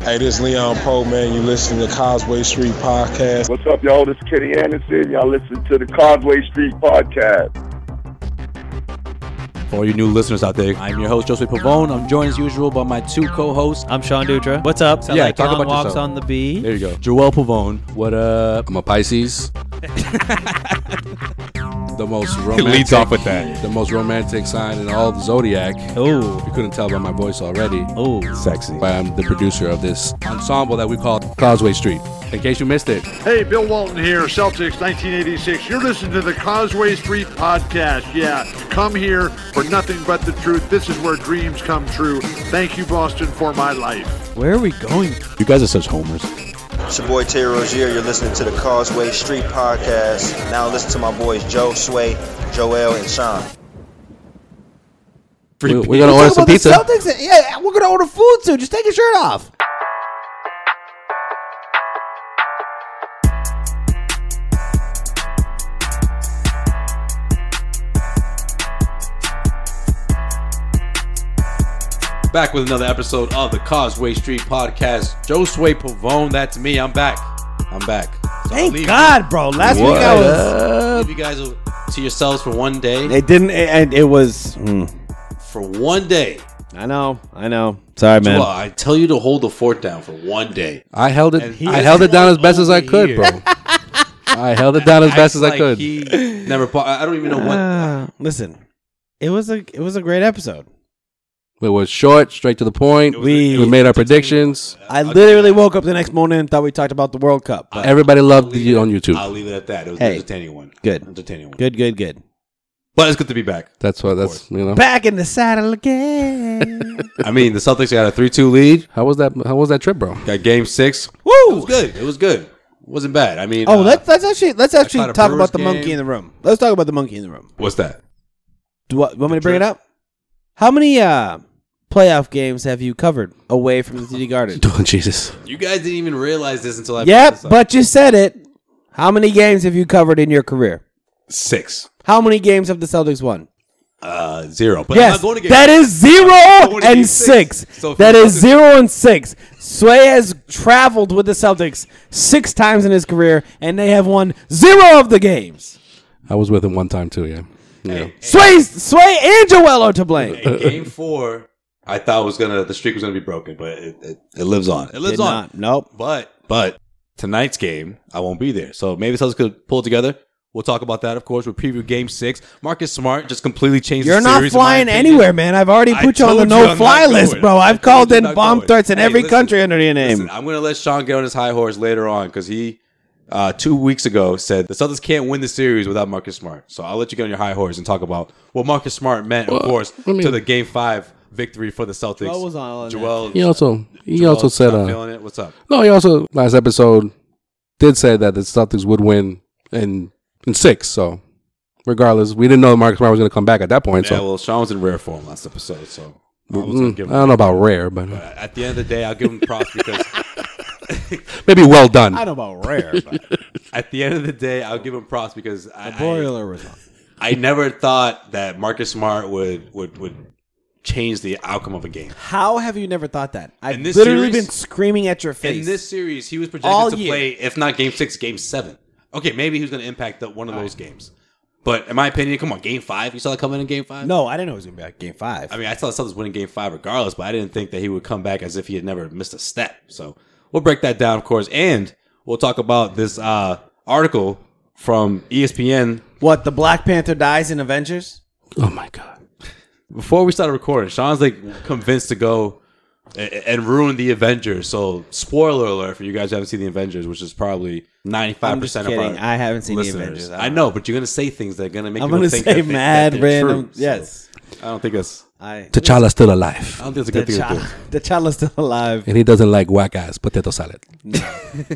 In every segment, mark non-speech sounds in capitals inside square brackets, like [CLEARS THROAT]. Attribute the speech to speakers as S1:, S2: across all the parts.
S1: Hey, this is Leon Poe, man. You're listening to Causeway Street Podcast.
S2: What's up, y'all? This is Kenny Anderson. Y'all listen to the Causeway Street Podcast.
S3: For all you new listeners out there, I'm your host, Joseph Pavone. I'm joined as usual by my two co hosts.
S4: I'm Sean Dutra. What's up? Sound
S3: Yeah,
S4: like
S3: talk
S4: John
S3: about
S4: walks
S3: yourself.
S4: on the beat.
S3: There you go. Joel Pavone. What up?
S5: I'm
S3: [LAUGHS]
S5: a Pisces. the most romantic.
S3: leads off with that.
S5: The most romantic sign in all of the zodiac.
S4: Oh,
S5: You couldn't tell by my voice already.
S4: oh,
S3: Sexy.
S5: But I'm the producer of this ensemble that we call Causeway Street. In case you missed it,
S6: Hey, Bill Walton here, Celtics 1986. You're listening to the Causeway Street Podcast. Yeah, come here for nothing but the truth. This is where dreams come true. Thank you, Boston, for my life.
S4: where are we going?
S3: You guys are such homers.
S7: It's your boy Terry Rozier. You're listening to the Causeway Street Podcast. Now listen to my boys Joe, Sway, Joel, and Sean.
S3: Free
S5: we-
S3: pizza.
S5: we're gonna order some pizza.
S8: yeah, we're gonna order food soon. Just take your shirt off.
S5: Back with another episode of the Causeway Street Podcast. Josue Pavone, that's me. I'm back. I'm back. So I'll
S8: Thank
S5: leave
S8: God, bro. Last
S5: What
S8: week I was.
S5: you- leave you guys to yourselves for one day.
S8: It didn't, and it, was. hmm.
S5: For one day.
S8: I know, I know. Sorry, man.
S5: Well, I tell you to hold the fort down for one day.
S3: I held
S5: And
S3: it.
S5: he
S3: I
S5: is
S3: held it down as best as I
S5: over
S3: could,
S5: here.
S3: bro. I held it down
S5: [LAUGHS]
S3: as best
S5: Acts
S3: as I
S5: like
S3: could.
S5: He never. Pa- I I don't even know what.
S8: Ah, [SIGHS] listen, it was a it was a great episode.
S3: It was short, straight to the point.
S8: We-
S3: we made our predictions.
S8: I literally woke up the next morning and thought we talked about the World Cup.
S5: uh,
S8: but-
S3: Everybody loved you on YouTube.
S5: I'll leave it at that. It was
S8: Hey.
S5: an entertaining one.
S8: Good.
S5: entertaining one.
S8: good, good, good.
S5: But it's good to be back.
S3: That's what. That's you know.
S8: Back in the saddle [LAUGHS] again.
S5: I mean, the Celtics got a three-two lead.
S3: How was that? How was that trip, bro?
S5: Got Game Six. It was
S8: Woo!
S5: good. It was good. It wasn't bad. I mean,
S8: Oh,
S5: uh,
S8: let's let's actually let's actually
S5: caught a
S8: talk
S5: Brewers
S8: about the monkey
S5: game.
S8: in the room. Let's talk about the monkey in the room.
S5: what's that?
S8: Do what, want me to bring it up? How many uh, playoff games have you covered away from the
S5: [LAUGHS]
S8: TD Garden?
S3: Oh, Jesus.
S5: You guys didn't even realize this until I.
S8: yep,
S5: brought this up.
S8: but you said it. How many games have you covered in your career?
S5: six,
S8: How many games have the Celtics won?
S5: uh, zero. But I'm
S8: yes,
S5: not going to get
S8: that is
S5: going to
S8: zero
S5: game
S8: and
S5: six.
S8: six.
S5: So if
S8: that
S5: the
S8: is
S5: Celtics-
S8: zero and six. Sway has traveled with the Celtics six times in his career, and they have won zero of the games.
S3: I was with him one time too. Yeah. Yeah.
S8: Sway, Sway, and Joel are to blame.
S5: In game four, I thought was gonna the streak was gonna be broken, but it, it, it lives on. It lives
S8: Did
S5: on.
S8: not. Nope.
S5: But but tonight's game, I won't be there. So maybe Celtics could pull it together. We'll talk about that, of course. We'll preview Game Six. Marcus Smart just completely changed.
S8: You're
S5: the
S8: not
S5: series, in my
S8: flying
S5: opinion.
S8: anywhere, man. I've already
S5: I
S8: put you on the
S5: told you
S8: no
S5: I'm
S8: fly
S5: not
S8: list,
S5: going.
S8: bro.
S5: I told
S8: I've called
S5: you
S8: in
S5: I'm not
S8: bomb
S5: going.
S8: threats in
S5: Hey,
S8: every
S5: listen.
S8: country under your
S5: Listen,
S8: name.
S5: I'm gonna let Sean get on his high horse later on because he. Uh, two weeks ago, said the Celtics can't win the series without Marcus Smart. So I'll let you get on your high horse and talk about what Marcus Smart meant, of course, to the Game Five victory for the Celtics.
S8: Joel was on all of that.
S5: Joel,
S3: He also. He also
S5: Joel's
S3: said.
S5: not
S3: Uh,
S5: feeling it. What's up?
S3: no, he also last episode did say that the Celtics would win, and
S9: and six. So regardless, we didn't know Marcus Smart was going to come back at that point.
S5: yeah,
S9: so
S5: well, Sean was in rare form last episode, so I was
S3: Mm-hmm.
S5: gonna
S9: Mm,
S5: give
S9: I
S3: Uh,
S5: him-
S9: don't know about rare, but
S5: At the end of the day, I'll give him props
S3: [LAUGHS]
S5: because
S9: maybe well done.
S5: I don't know about rare, but at the end of the day, I'll give him props because [LAUGHS] I,
S3: boiler was on.
S5: I never thought that Marcus Smart would would would change the outcome of a game.
S8: How have you never thought that? I've
S5: this
S8: literally
S5: series-
S8: been screaming at your face.
S5: In this series, he was projected
S8: All
S5: to
S8: year.
S5: play, if not game six, game seven. Okay, maybe he was going to impact the, one of those games. But in my opinion, come on, game five. You saw that coming in game five?
S8: no, I didn't know it was going to be like game five.
S5: I mean, I saw the Celtics winning game five regardless, but I didn't think that he would come back as if he had never missed a step. So we'll break that down, of course. And we'll talk about this uh, article from E ESPN.
S8: What, the Black Panther dies in Avengers?
S9: Oh my god.
S5: Before we started recording, Sean's like convinced to go a- and ruin the Avengers. So, spoiler alert for you guys who haven't seen the Avengers, which is probably ninety five percent of
S8: I'm
S5: our
S8: just kidding. I haven't seen the
S5: listeners.
S8: Avengers. I
S5: I know, but you're gonna say things that are gonna make
S8: I'm
S5: people
S8: gonna
S5: think
S8: say
S5: that they-
S8: mad
S5: that they're true.
S8: random-
S5: So,
S8: yes.
S5: I don't think that's [LAUGHS]
S8: I
S9: T'Challa's still alive.
S5: I don't think it's a good thing to do.
S8: The child is still alive.
S9: And he doesn't like whack ass potato salad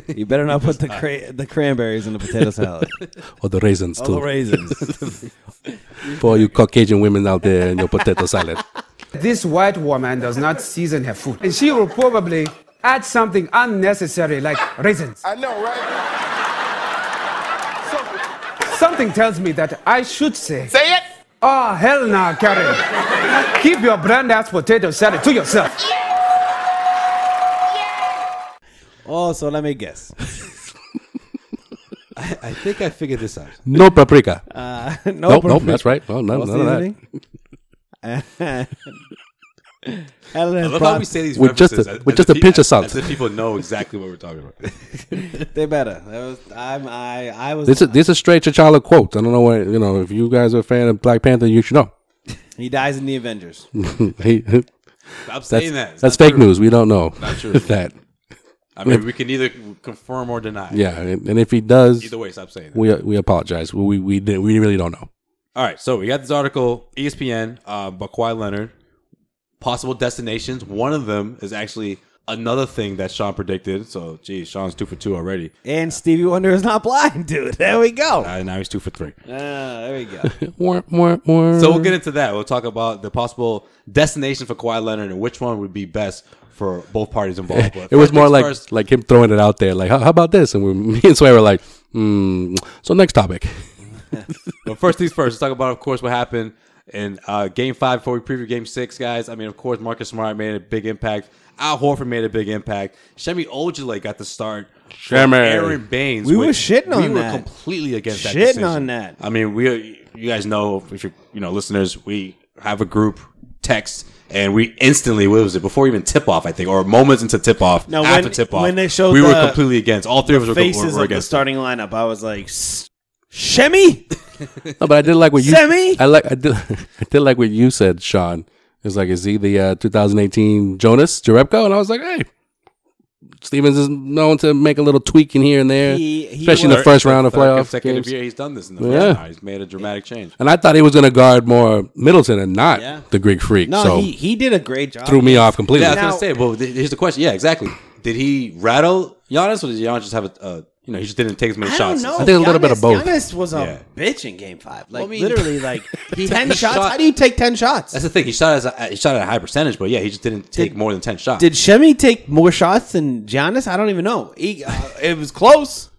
S8: you better not put
S5: [LAUGHS]
S8: the cra- the cranberries in the potato salad.
S9: or the raisins
S8: All
S9: too.
S5: [LAUGHS]
S8: the raisins.
S9: For all you Caucasian women out there and your potato salad.
S10: [LAUGHS] This white woman does not season her food, and she will probably add something unnecessary like raisins.
S2: I know, right?
S10: Something tells me that I should say.
S2: Say it.
S10: Oh, hell nah, Karen. Keep your brand ass potato salad to yourself.
S8: oh, so let me guess.
S5: [LAUGHS] I, I think I figured this out.
S9: No paprika.
S8: Uh, [LAUGHS] no
S9: nope, nope,
S8: paprika.
S9: that's right. Well, none,
S8: No
S9: none of that.
S5: [LAUGHS]
S8: [LAUGHS] that.
S5: I love how we say these
S9: With just a-
S5: references as-
S9: with
S5: as
S9: just
S5: if
S9: a pinch of
S5: as-
S9: salt.
S5: as if people know exactly what we're talking about. [LAUGHS]
S8: they better. That was, I'm, I, I was.
S9: This is this is straight T'Challa quote. I don't know what you know. If you guys are a fan of Black Panther, you should know. [LAUGHS]
S8: he dies in the Avengers.
S9: He- [LAUGHS]
S5: Stop
S9: that's,
S5: saying that. It's
S9: That's
S5: not
S9: fake
S5: true.
S9: news. We don't know
S5: Not true.
S9: [LAUGHS] that.
S5: I mean, we can either confirm or deny.
S9: Yeah, and and if he does,
S5: Either way, stop saying that.
S9: We we apologize. We we we, did, we really don't know.
S5: All right, so we got this article, ESPN, uh, by Kawhi Leonard. Possible destinations. One of them is actually another thing that Sean predicted. So, geez, Sean's two for two already.
S8: And Stevie Wonder is not blind, [LAUGHS] dude. There we go.
S5: Uh, now he's two for three.
S8: Ah, there
S5: [LAUGHS]
S8: we go.
S5: So we'll get into that. We'll talk about the possible destination for Kawhi Leonard and which one would be best for both parties involved. But
S9: [LAUGHS] It was
S5: first
S9: more
S5: things
S9: like
S5: first,
S9: like him throwing it out there, like how, how about this? And we, me and Sway were [LAUGHS] like, mm, so next topic.
S5: but first things first. Let's talk about, of course, what happened in uh, Game Five before we preview Game Six, guys. I mean, of course, Marcus Smart made a big impact. Al Horford made a big impact. Shemi Ojale got the start. for
S9: Shemi.
S5: Aaron Baines.
S8: We were
S5: which
S8: shitting on
S5: We were
S8: that.
S5: completely against that.
S8: Shitting
S5: decision.
S8: on that.
S5: I mean, we are, you guys know if you you know listeners, we have a group text and we instantly what was it before even tip off I think or moments into tip off
S8: No,
S5: after
S8: when-
S5: tip off
S8: when they showed
S5: we were
S8: the-
S5: completely against all three of us were,
S8: faces
S5: were, were
S8: of the
S5: against it.
S8: starting lineup. I was like, "S- Shemmy,
S9: No, but I did like what you.
S8: Sammy?
S9: [LAUGHS] I like I did I did like what you said, Sean. It's like is he the uh, 2018 Jonas Jerebko? And I was like, hey, Stevens is known to make a little tweak in here and there,
S5: He- he
S9: especially in the
S5: was-
S9: first round of
S5: third
S9: playoff
S5: consecutive
S9: games.
S5: year he's done this in the
S9: Yeah.
S5: first round. He's made a dramatic change.
S9: And I thought he was going to guard more Middleton and not
S5: Yeah.
S9: the Greek Freak.
S8: No,
S9: so
S8: he, he did a great job.
S9: threw me off completely.
S5: Yeah, I was gonna say. Well, th- here's the question. Yeah, exactly. Did he rattle Giannis, or did Giannis just have a? Uh, you know, he just didn't take as many
S8: I
S5: shots.
S8: don't know.
S9: I think a little bit of
S8: Giannis-
S9: both.
S8: Giannis was
S5: Yeah.
S8: a bitch in Game Five. Like
S5: mean- [LAUGHS]
S8: literally, like ten
S5: he
S8: shots.
S5: shot-
S8: How do you take ten shots?
S5: That's the thing. He shot as a, he shot at a high percentage, but yeah, he just didn't take more than ten shots.
S8: Did Shemi take more shots than Giannis? I don't even know. He, uh, it was close.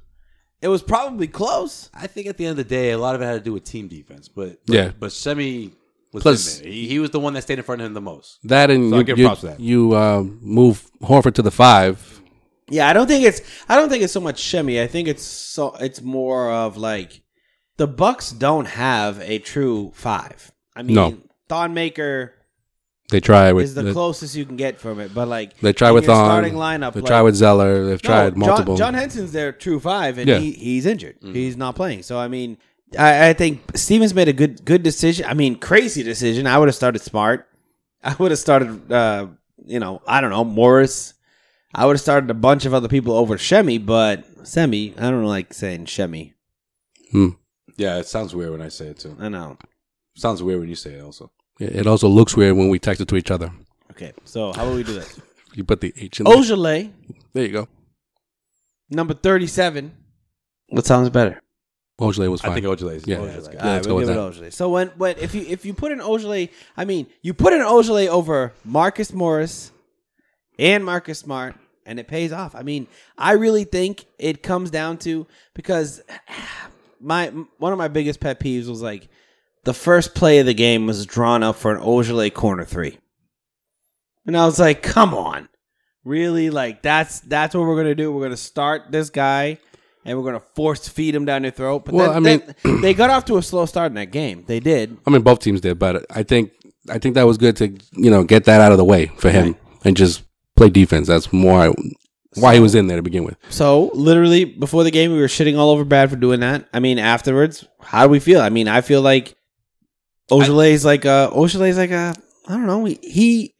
S8: It was probably close.
S5: I think at the end of the day, a lot of it had to do with team defense. But
S9: Yeah.
S5: but Semi was
S9: Plus-
S5: in there. He, he was the one that stayed in front of him the most.
S9: that and
S5: So I'll
S9: you,
S5: give
S9: you,
S5: props to that.
S9: you, uh, move Horford to the five.
S8: Yeah, I don't think it's. I don't think it's so much Shemi. I think it's so. It's more of like the Bucks don't have a true five. I mean,
S9: No.
S8: Thon Maker
S9: They try with
S8: is the,
S9: the-
S8: closest you can get from it, but like
S9: they try
S8: in
S9: with
S8: your
S9: on
S8: starting lineup.
S9: They
S8: like-
S9: try with Zeller. They've
S8: No,
S9: tried multiple.
S8: John, John Henson's their true five, and
S9: Yeah.
S8: he, he's injured. He's not playing. So I mean, I, I think Stevens made a good good decision. I mean, crazy decision. I would have started smart. I would have started, uh, you know, I don't know Morris. I would have started a bunch of other people over Shemi, but Semi, I don't like saying Shemi.
S5: Yeah, it sounds weird when I say it too.
S8: I know.
S5: Sounds weird when you say it also.
S9: It it also looks weird when we text it to each other.
S8: Okay, so how about we do
S9: [LAUGHS]
S8: this?
S9: You put the H in there.
S8: Ojale,
S9: There you go.
S8: number thirty-seven. What sounds better?
S9: Ojale was fine.
S5: I think Ojale is-
S9: Yeah,
S5: Ojale is good.
S9: yeah let's go
S8: we
S9: with
S8: give it
S9: that.
S8: Ojale. So when when if you if you put an Ojale, I mean, you put an Ojale over Marcus Morris and Marcus Smart, and it pays off. I mean, I really think it comes down to because [SIGHS] my one of my biggest pet peeves was like the first play of the game was drawn up for an Ojale corner three, and I was like, come on, really? Like that's that's what we're gonna do. We're gonna start this guy. And we're gonna force feed him down your throat. But
S9: Well,
S8: then,
S9: I mean-
S8: then they got off to a slow start in that game. They did.
S9: I mean, both teams did, but I think I think that was good to you know get that out of the way for him and just play defense. That's more why he was in there to begin with.
S8: So literally before the game, we were shitting all over Brad for doing that. I mean, afterwards, how do we feel? I mean, I feel like Ojalay's like a Ojalay's like a I don't know. He, he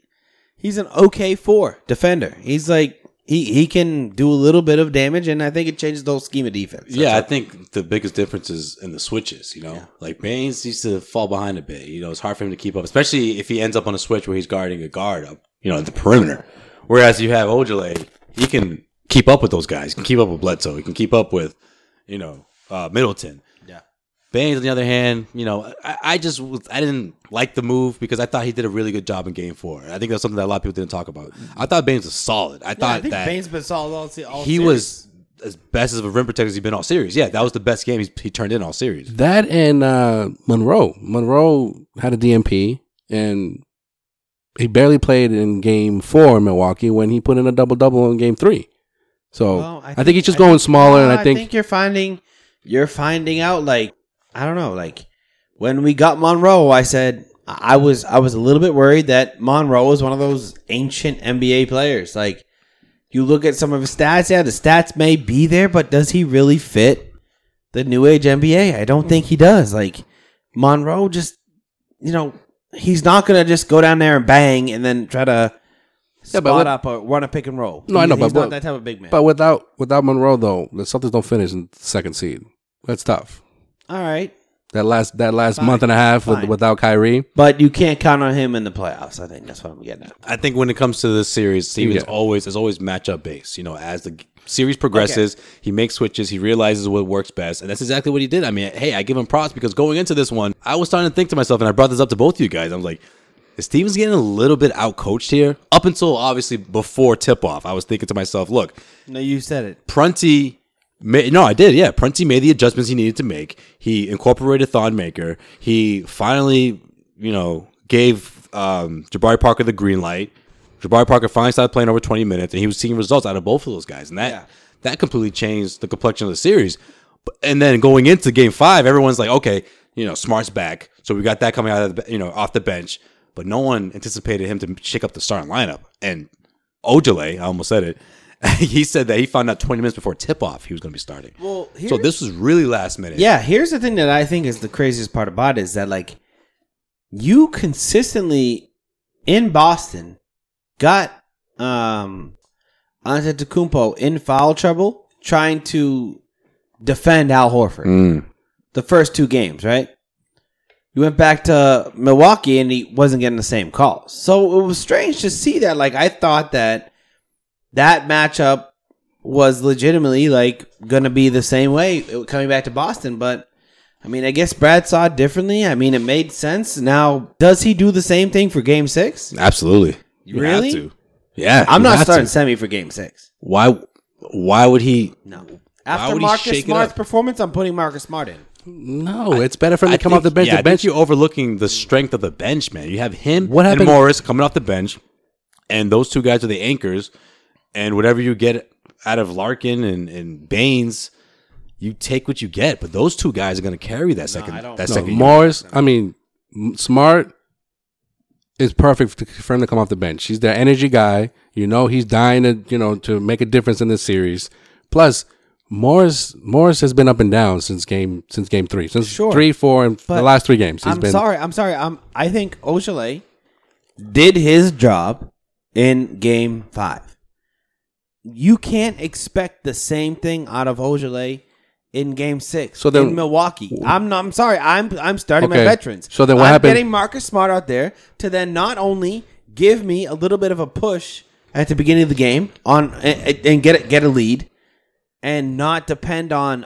S8: he's an okay four defender. He's like he he can do a little bit of damage, and I think it changes the whole scheme of defense.
S5: yeah, I think the biggest difference is in the switches. You know, like Baines used to fall behind a bit. You know, it's hard for him to keep up, especially if he ends up on a switch where he's guarding a guard up. You know, at the perimeter. Whereas you have Ojale, he can keep up with those guys. He can keep up with Bledsoe. He can keep up with, you know, uh, Middleton.
S8: Yeah.
S5: Baines, on the other hand, you know, I, I just was- I didn't like the move because I thought he did a really good job in Game Four. I think that's something that a lot of people didn't talk about. I thought Baines was solid. I
S8: Yeah,
S5: thought
S8: I think
S5: that
S8: Bane's been solid all, se- all
S5: he
S8: series.
S5: was as best as a rim protector as he's been all series. Yeah, that was the best game he's, he turned in all series.
S9: That and uh, Monroe. Monroe had a DMP and he barely played in game four in Milwaukee when he put in a double double in game three. So
S8: Well,
S9: I, think, he's just going smaller, and
S8: No,
S9: I think,
S8: you're finding you're finding out like I don't know like when we got Monroe, I said I I was I was a little bit worried that Monroe was one of those ancient NBA players. Like you look at some of his stats, yeah, the stats may be there, but does he really fit the new age NBA? I don't think he does. Like Monroe, just you know, he's not gonna just go down there and bang and then try to.
S9: Yeah,
S8: Spot
S9: but what-
S8: up or run a pick and roll.
S9: no, I
S8: He's-
S9: know, but,
S8: he's not
S9: but-
S8: that type of big man.
S9: But without without Monroe though, the Celtics don't finish in second seed. That's tough.
S8: All right.
S9: That last that last
S8: Fine,
S9: month and a half with,
S8: fine.
S9: without Kyrie.
S8: But you can't count on him in the playoffs. I think that's what I'm getting at.
S5: I think when it comes to this series, Stevens
S9: Yeah.
S5: always is always matchup based. You know, as the g- series progresses, he makes switches, he realizes what works best, and that's exactly what he did. I mean, hey, I give him props because going into this one, I was starting to think to myself, and I brought this up to both of you guys. I was like, is Stevens getting a little bit out coached here? Up until obviously before tip off, I was thinking to myself, look,
S8: No, you said it.
S5: Prunty. Made, no, I did. Yeah, Prunty made the adjustments he needed to make. He incorporated Thonmaker. He finally, you know, gave um, Jabari Parker the green light. Jabari Parker finally started playing over 20 minutes, and he was seeing results out of both of those guys, and that that completely changed the complexion of the series. But- And then going into Game Five, everyone's like, okay, you know, Smart's back, so we got that coming out of the, be- you know off the bench, but no one anticipated him to shake up the starting lineup, and Ojale, I almost said it. [LAUGHS] he said that he found out 20 minutes before tip off he was going to be starting.
S8: Well,
S5: so this was really last minute.
S8: Yeah, here's the thing that I think is the craziest part about it is that like you consistently in Boston got um Antetokounmpo in foul trouble trying to defend Al Horford.
S5: Mm,
S8: The first two games, right? You went back to Milwaukee and he wasn't getting the same calls. So it was strange to see that like I thought that that matchup was legitimately like going to be the same way coming back to Boston. But I mean, I guess Brad saw it differently. I mean, it made sense. Now, does he do the same thing for Game Six?
S5: Absolutely. You have
S8: Really?
S5: to. Yeah.
S8: I'm
S5: you
S8: not
S5: have
S8: starting
S5: to.
S8: Semi for Game Six.
S5: Why why would he
S8: After
S5: would he shake
S8: Marcus
S5: it
S8: Smart's
S5: up?
S8: performance, I'm putting Marcus Smart in.
S9: No, it's better for him to come off the bench.
S5: Yeah,
S9: the
S5: I think
S9: bench
S5: you're overlooking the strength of the bench, man. You have him
S9: What
S5: and
S9: happened-
S5: Morris coming off the bench, and those two guys are the anchors. And whatever you get out of Larkin and, and Baines, you take what you get. But those two guys are going to carry that second that
S9: No,
S5: second unit.
S9: Morris, I mean, M- Smart is perfect to- for him to come off the bench. He's their energy guy. You know, he's dying to you know to make a difference in this series. Plus, Morris Morris has been up and down since game since game three, since
S8: Sure.
S9: three, four, and the
S8: But
S9: last three games. He's
S8: I'm
S9: been
S8: sorry. I'm sorry. I'm, I think Ojale did his job in game five. You can't expect the same thing out of Ojale in game six
S9: So then-
S8: in Milwaukee. I'm not, I'm sorry. I'm I'm starting my
S9: Okay.
S8: veterans.
S9: So then what
S8: I'm
S9: happened-
S8: getting Marcus Smart out there to then not only give me a little bit of a push at the beginning of the game on and, and get a, get a lead and not depend on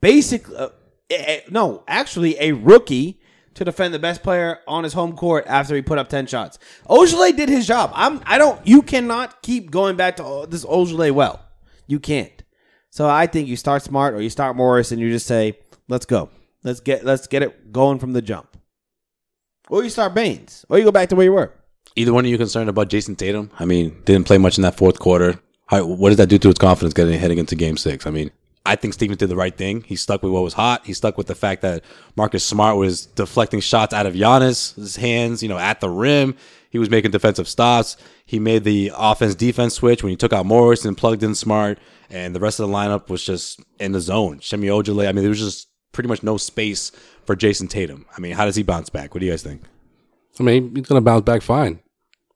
S8: basic uh, eh, no, actually a rookie to defend the best player on his home court after he put up 10 shots. Ojale did his job. I'm I don't you cannot keep going back to oh, this Ojale well. You can't. So I think you start Smart or you start Morris and you just say, "Let's go. Let's get let's get it going from the jump." Or you start Baines, or you go back to where you were.
S5: Either one of you concerned about Jason Tatum? I mean, didn't play much in that fourth quarter. How, what does that do to his confidence getting heading into Game Six? I mean, I think Stevens did the right thing. He stuck with what was hot. He stuck with the fact that Marcus Smart was deflecting shots out of Giannis's hands, you know, at the rim. He was making defensive stops. He made the offense defense switch when he took out Morris and plugged in Smart, and the rest of the lineup was just in the zone. Shemi Ojale. I mean, there was just pretty much no space for Jason Tatum. I mean, how does he bounce back? What do you guys think?
S9: I mean, he's gonna bounce back fine.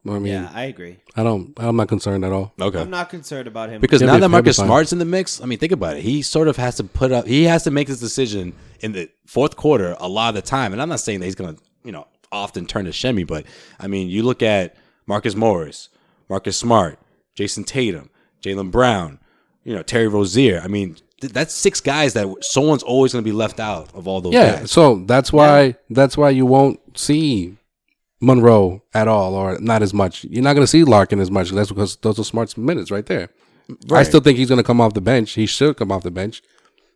S9: I mean,
S8: Yeah, I agree.
S9: I don't. I'm not concerned at all.
S5: Okay.
S8: I'm not concerned about him
S5: Because
S9: He'll
S5: now
S9: be-
S5: that
S9: he'll be
S5: Marcus
S9: fine.
S5: Smart's in the mix, I mean, think about it. He sort of has to put up. He has to make his decision in the fourth quarter a lot of the time. And I'm not saying that he's going to, you know, often turn to Shemi, but I mean, you look at Marcus Morris, Marcus Smart, Jason Tatum, Jalen Brown, you know, Terry Rozier. I mean, th- that's six guys that someone's always going to be left out of all those
S9: yeah.
S5: guys.
S9: So that's why that's why you won't see Monroe at all, or not as much. You're not gonna see Larkin as much. That's because those are smart minutes right there. I
S5: Right.
S9: still think he's gonna come off the bench. He should come off the bench.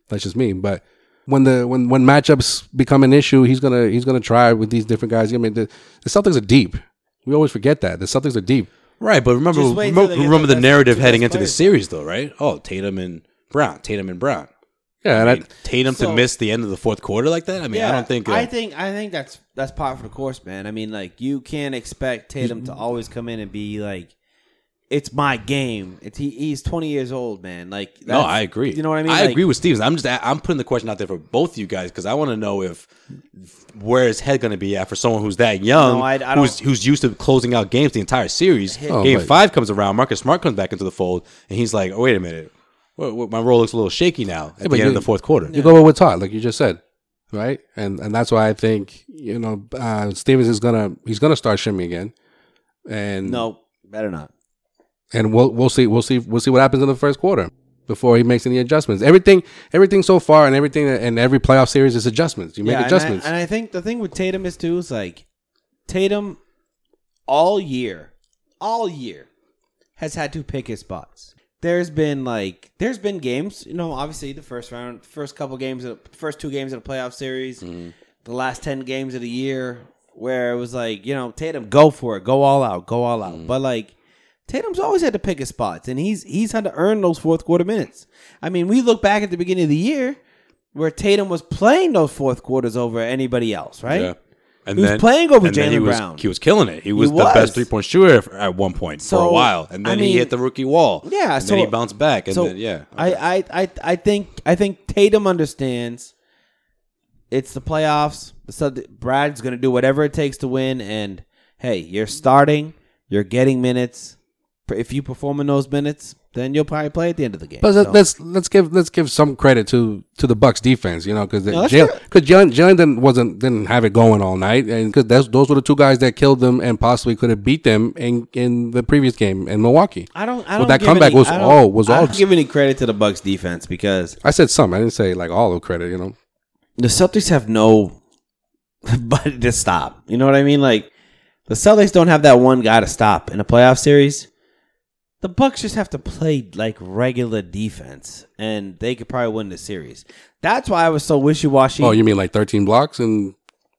S9: That's just me. But when the when when matchups become an issue, he's gonna he's gonna try with these different guys. I mean, the, the Celtics are deep. We always forget that the Celtics are deep.
S5: Right, but remember,
S9: Just wait till
S5: remember,
S9: they get their
S5: remember the
S9: best-
S5: narrative
S9: two
S5: heading
S9: best
S5: into the
S9: players.
S5: series, though, right? Oh, Tatum and Brown, Tatum and Brown.
S9: Yeah,
S5: I
S9: and
S5: mean, Tatum
S8: So-
S5: to miss the end of the fourth quarter like that. I mean, I don't think. Uh,
S8: I think I think that's that's part of the course, man. I mean, like you can't expect Tatum to
S5: Mm-hmm.
S8: always come in and be like, "It's my game." It's he, he's twenty years old, man. Like,
S5: no,
S8: that's-
S5: I agree.
S8: You know what I mean?
S5: I
S8: Like,
S5: agree with Stevens. I'm just I'm putting the question out there for both of you guys because I want to know if where is head going to be at for someone who's that young,
S8: No, I- I
S5: who's
S8: don't-
S5: who's used to closing out games the entire series.
S8: Hit- Oh,
S5: Game
S8: but-
S5: five comes around, Marcus Smart comes back into the fold, and he's like, oh, "Wait a minute, Wha- wha- my role looks a little shaky now." At
S9: Yeah,
S5: the
S9: but
S5: end
S9: you-
S5: of the fourth quarter,
S9: You go with what's hot, like you just said, right? And and that's why I think you know uh, Stevens is gonna he's gonna start Shimmy again, and
S8: no, better not.
S9: and we'll we'll see we'll see we'll see what happens in the first quarter before he makes any adjustments. Everything everything so far and everything and every playoff series is adjustments. You make
S8: Yeah, and I-
S9: adjustments.
S8: And I, think the thing with Tatum is too is like Tatum all year, all year has had to pick his spots. There's been like there's been games, you know, obviously the first round, first couple games of the first two games of the playoff series, the last 10 games of the year where it was like, you know, Tatum go for it, go all out, go all out. But like Tatum's always had to pick his spots and he's he's had to earn those fourth quarter minutes. I mean, we look back at the beginning of the year where Tatum was playing those fourth quarters over anybody else, right?
S5: Yeah.
S8: he was playing over
S5: and then he
S8: Jalen
S5: was-
S8: Brown.
S5: He was killing it. He was, the
S8: was.
S5: best three point shooter f- at one point for
S8: So,
S5: a while, and
S8: I
S5: then he
S8: mean-
S5: hit the rookie wall.
S8: Yeah,
S5: and
S8: so
S5: then he bounced back, and
S8: so
S5: then yeah,
S8: I, I I I think I think Tatum understands it's the playoffs. The Celt- Brad's going to do whatever it takes to win. And hey, you're starting. You're getting minutes. If you perform in those minutes, then you'll probably play at the end of the game.
S9: but
S8: So-
S9: let- let's let's give let's give some credit to to the Bucks defense, you know, because
S8: No, that's
S9: Jalen Jalen didn't wasn't didn't have it going all night, and because those were the two guys that killed them and possibly could have beat them in in the previous game in Milwaukee.
S8: I don't. I
S9: But
S8: don't
S9: that
S8: give
S9: comeback
S8: any-
S9: was
S8: I don't-
S9: all was
S8: I
S9: all.
S8: don't give any credit to the Bucks defense because
S9: I said some. I didn't say like all of credit, you know.
S8: the Celtics have no [LAUGHS] buddy to stop. You know what I mean? Like the Celtics don't have that one guy to stop in a playoff series. The Bucks just have to play like regular defense, and they could probably win the series. That's why I was so wishy washy.
S9: Oh, you mean like 13 blocks and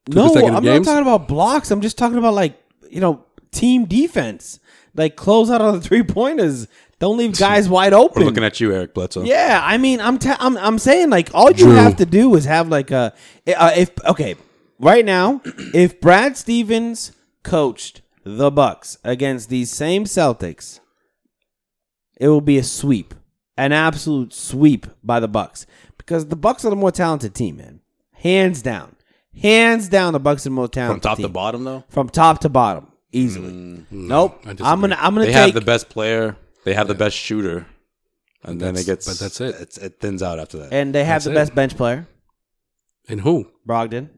S9: two
S8: no?
S9: consecutive
S8: I'm
S9: games?
S8: not talking about blocks. I'm just talking about like you know team defense, like close out on the three pointers. Don't leave guys wide
S5: [LAUGHS]
S8: open.
S5: we're looking at you, Eric Bledsoe.
S8: Yeah, I mean, I'm ta- I'm I'm saying like all you
S5: Drew.
S8: have to do is have like a uh, if okay right now [CLEARS THROAT] if Brad Stevens coached the Bucks against these same Celtics, it will be a sweep, an absolute sweep by the Bucks because the Bucks are the more talented team, man, hands down, hands down. The Bucks are the more
S5: from
S8: talented
S5: top to
S8: team.
S5: bottom though.
S8: from top to bottom easily. nope,
S5: I
S8: I'm gonna I'm gonna
S5: They have
S8: take
S5: the best player. They have the best shooter, and then
S9: That's-
S5: it gets.
S9: but that's it.
S5: It's, it thins out after that.
S8: and they have
S9: That's
S8: the
S9: it.
S8: best bench player,
S9: And who?
S8: Brogdon.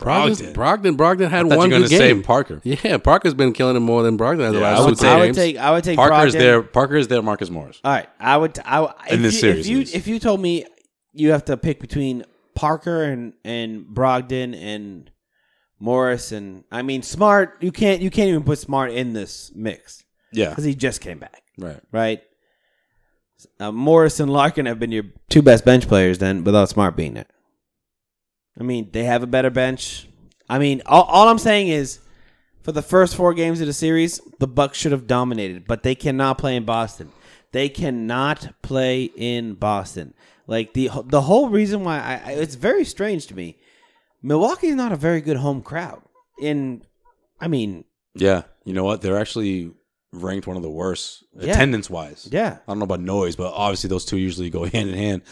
S9: Brogdon. Brogdon. Brogdon
S5: I
S9: had
S5: thought you
S9: one
S5: were
S9: good
S5: gonna say
S9: game.
S5: Parker.
S9: Yeah, Parker's been killing him more than Brogdon has the
S5: Yeah,
S9: last
S5: I
S9: two
S5: would say-
S9: games.
S8: I would take. I would take.
S5: Parker's
S8: Brogdon.
S5: there. Parker's there. Marcus Morris.
S8: All right, I would. I,
S5: In
S8: if
S5: this
S8: you,
S5: series,
S8: if you
S5: at least.
S8: if you told me you have to pick between Parker and and Brogdon and Morris and I mean Smart. You can't you can't even put Smart in this mix.
S5: Yeah.
S8: because he just came back.
S5: Right.
S8: Right. Uh, Morris and Larkin have been your two best bench players then, without Smart being there. I mean, they have a better bench. I mean, all, all I'm saying is, for the first four games of the series, the Bucks should have dominated, but they cannot play in Boston. They cannot play in Boston. Like the the whole reason why I, I it's very strange to me. Milwaukee's not a very good home crowd. In, I mean,
S5: Yeah, you know what? They're actually ranked one of the worst
S8: Yeah.
S5: attendance wise.
S8: Yeah.
S5: I don't know about noise, but obviously those two usually go [LAUGHS] hand in hand.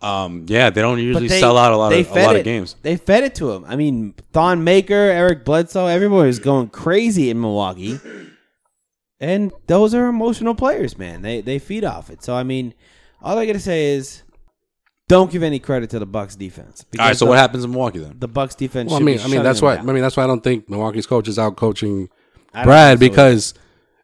S5: Um, yeah, they don't
S8: but
S5: usually
S8: they-
S5: sell out a lot
S8: they
S5: of a
S8: fed
S5: lot
S8: it-
S5: of games.
S8: They fed it to him. I mean, Thon Maker, Eric Bledsoe, everybody was going crazy in Milwaukee. And those are emotional players, man. They they feed off it. So I mean, all I gotta say is, don't give any credit to the Bucks defense.
S5: All right, so
S8: the-
S5: what happens in Milwaukee then?
S8: The Bucks defense.
S9: Well, I
S8: should be
S9: mean, I mean
S8: shutting
S9: that's
S8: them
S9: why.
S8: down.
S9: I mean that's why I don't think Milwaukee's coach is out coaching
S8: I don't
S9: Brad
S8: think so
S9: because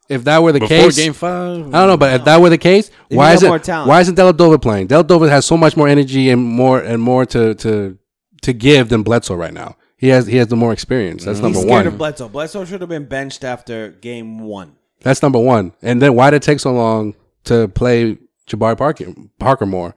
S9: if that were the
S5: Before
S9: case,
S5: game five?
S9: I don't know. But if that were the case,
S8: They
S9: why
S8: have
S9: is it?
S8: more talent.
S9: Why isn't Deladova playing? Deladova has so much more energy and more and more to to to give than Bledsoe right now. He has he has the more experience. That's
S8: He's
S9: number
S8: scared
S9: one.
S8: Of Bledsoe. Bledsoe should have been benched after game one.
S9: That's number one. And then why did it take so long to play Jabari Parker, Parker more?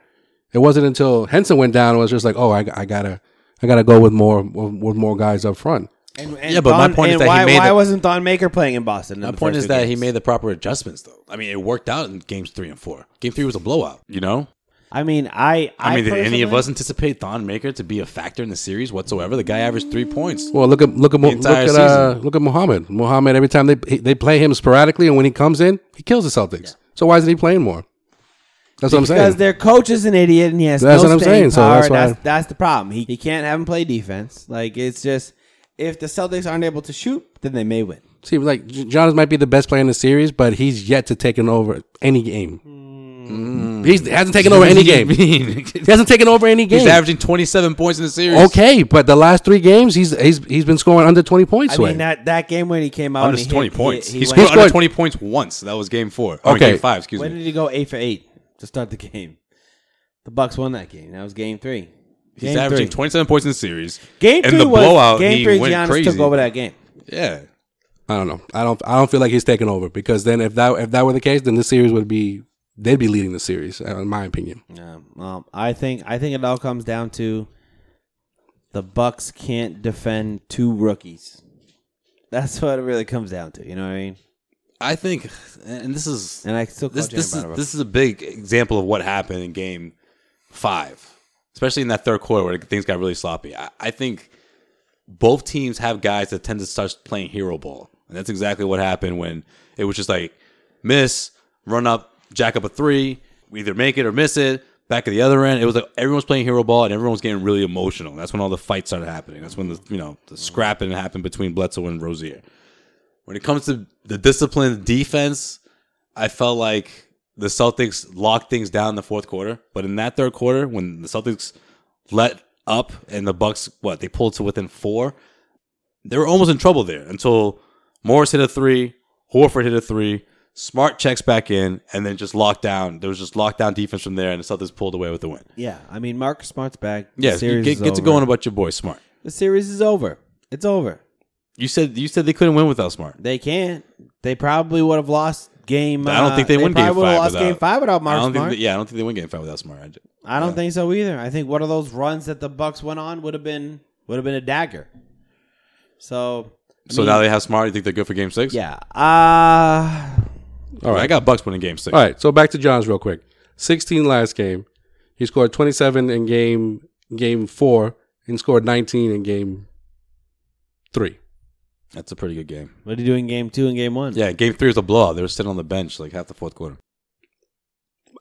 S9: It wasn't until Henson went down it was just like, oh, I, I gotta, I gotta go with more with, with more guys up front.
S8: And, and
S5: Yeah, but my
S8: Thon-
S5: point is
S8: and
S5: that he
S8: why,
S5: made
S8: why
S5: the-
S8: wasn't Thon Maker playing in Boston?
S5: My point is that he made the proper adjustments though. I mean, it worked out in games three and four. Game three was a blowout. You know.
S8: I mean, I.
S5: I,
S8: I,
S5: mean, did any of
S8: personally-
S5: us anticipate Thon Maker to be a factor in the series whatsoever? The guy averaged three points.
S9: Well, look at look at
S5: The
S9: Mo- look
S5: entire
S9: at uh, look at Muhammad. Muhammad every time they he- they play him sporadically, and when he comes in, he kills the Celtics. So why isn't he playing more? That's what I'm
S8: Because
S9: saying.
S8: their coach is an idiot and he has
S9: That's
S8: no
S9: what I'm
S8: staying
S9: saying, so
S8: power.
S9: that's why-
S8: that's, that's the problem. He, he can't have him play defense. Like it's just if the Celtics aren't able to shoot, then they may win.
S9: See, like J- Jonas might be the best player in the series, but he's yet to take an over any game. He's, hasn't taken over any game.
S5: He
S9: [LAUGHS] he hasn't taken over any game.
S5: He's averaging twenty-seven points in the series.
S9: Okay, but the last three games, he's he's he's been scoring under twenty points.
S8: I
S9: Wade.
S8: mean that that game when he came out,
S5: under
S8: and he hit-
S5: 20 points. He, scored
S8: went-
S5: under 20 points once. That was game four. I mean,
S9: Okay.
S5: game five, excuse
S8: when
S5: me.
S8: did he go eight for eight to start the game? The Bucks won that game. That was game three.
S5: He's
S8: Game
S5: averaging
S8: three.
S5: 27 points in the series.
S8: Game
S5: In
S8: three
S5: the
S8: was-
S5: blowout,
S8: game
S5: he
S8: three,
S5: went
S8: Giannis
S5: crazy.
S8: took over that game.
S5: Yeah.
S9: I don't know. I don't. I don't feel like he's taking over because then if that if that were the case, then this series would be they'd be leading the series, uh, in my opinion.
S8: Um, um, I think I think it all comes down to the Bucks can't defend two rookies. That's what it really comes down to. You know what I mean?
S5: I think, and this is,
S8: and I still call
S5: this, this
S8: Jalen
S5: is
S8: Brown a
S5: this is a big example of what happened in game five, especially in that third quarter where things got really sloppy. I, I think both teams have guys that tend to start playing hero ball, and that's exactly what happened when it was just like miss, run up, jack up a three, we either make it or miss it. Back at the other end, it was like everyone's playing hero ball and everyone was getting really emotional. That's when all the fights started happening. That's when the you know the scrapping happened between Bledsoe and Rozier when it comes to the disciplined defense, I felt like the Celtics locked things down in the fourth quarter. But in that third quarter, when the Celtics let up and the Bucks, what they pulled to within four, they were almost in trouble there until Morris hit a three, Horford hit a three, Smart checks back in, and then just locked down. There was just lockdown defense from there, and the Celtics pulled away with the win.
S8: Yeah, I mean Marcus Smart's back. The
S5: Yes, you
S8: series
S5: get,
S8: is
S5: get to
S8: over.
S5: going about your boy Smart.
S8: The series is over. It's over.
S5: You said you said they couldn't win without Smart.
S8: They can't. They probably would have lost game.
S5: I don't
S8: uh,
S5: think they, win
S8: probably
S5: game
S8: would have
S5: five.
S8: Lost
S5: without,
S8: game five without
S5: I
S8: Marcus
S5: don't think
S8: Smart.
S5: they- yeah, I don't think they win game five without Smart. I ju-
S8: I don't think so either. I think one of those runs that the Bucks went on would have been would have been a dagger. So. I
S5: So
S8: mean,
S5: now they have Smart. You think they're good for Game Six?
S8: Yeah. Uh
S5: All right. I got Bucks winning Game Six.
S9: All right, so back to Johns real quick. Sixteen last game, he scored twenty seven in game game four and scored nineteen in game three.
S5: That's a pretty good game.
S8: What did he do in game two and game one?
S5: Yeah, Game Three was a blowout. They were sitting on the bench like half the fourth quarter.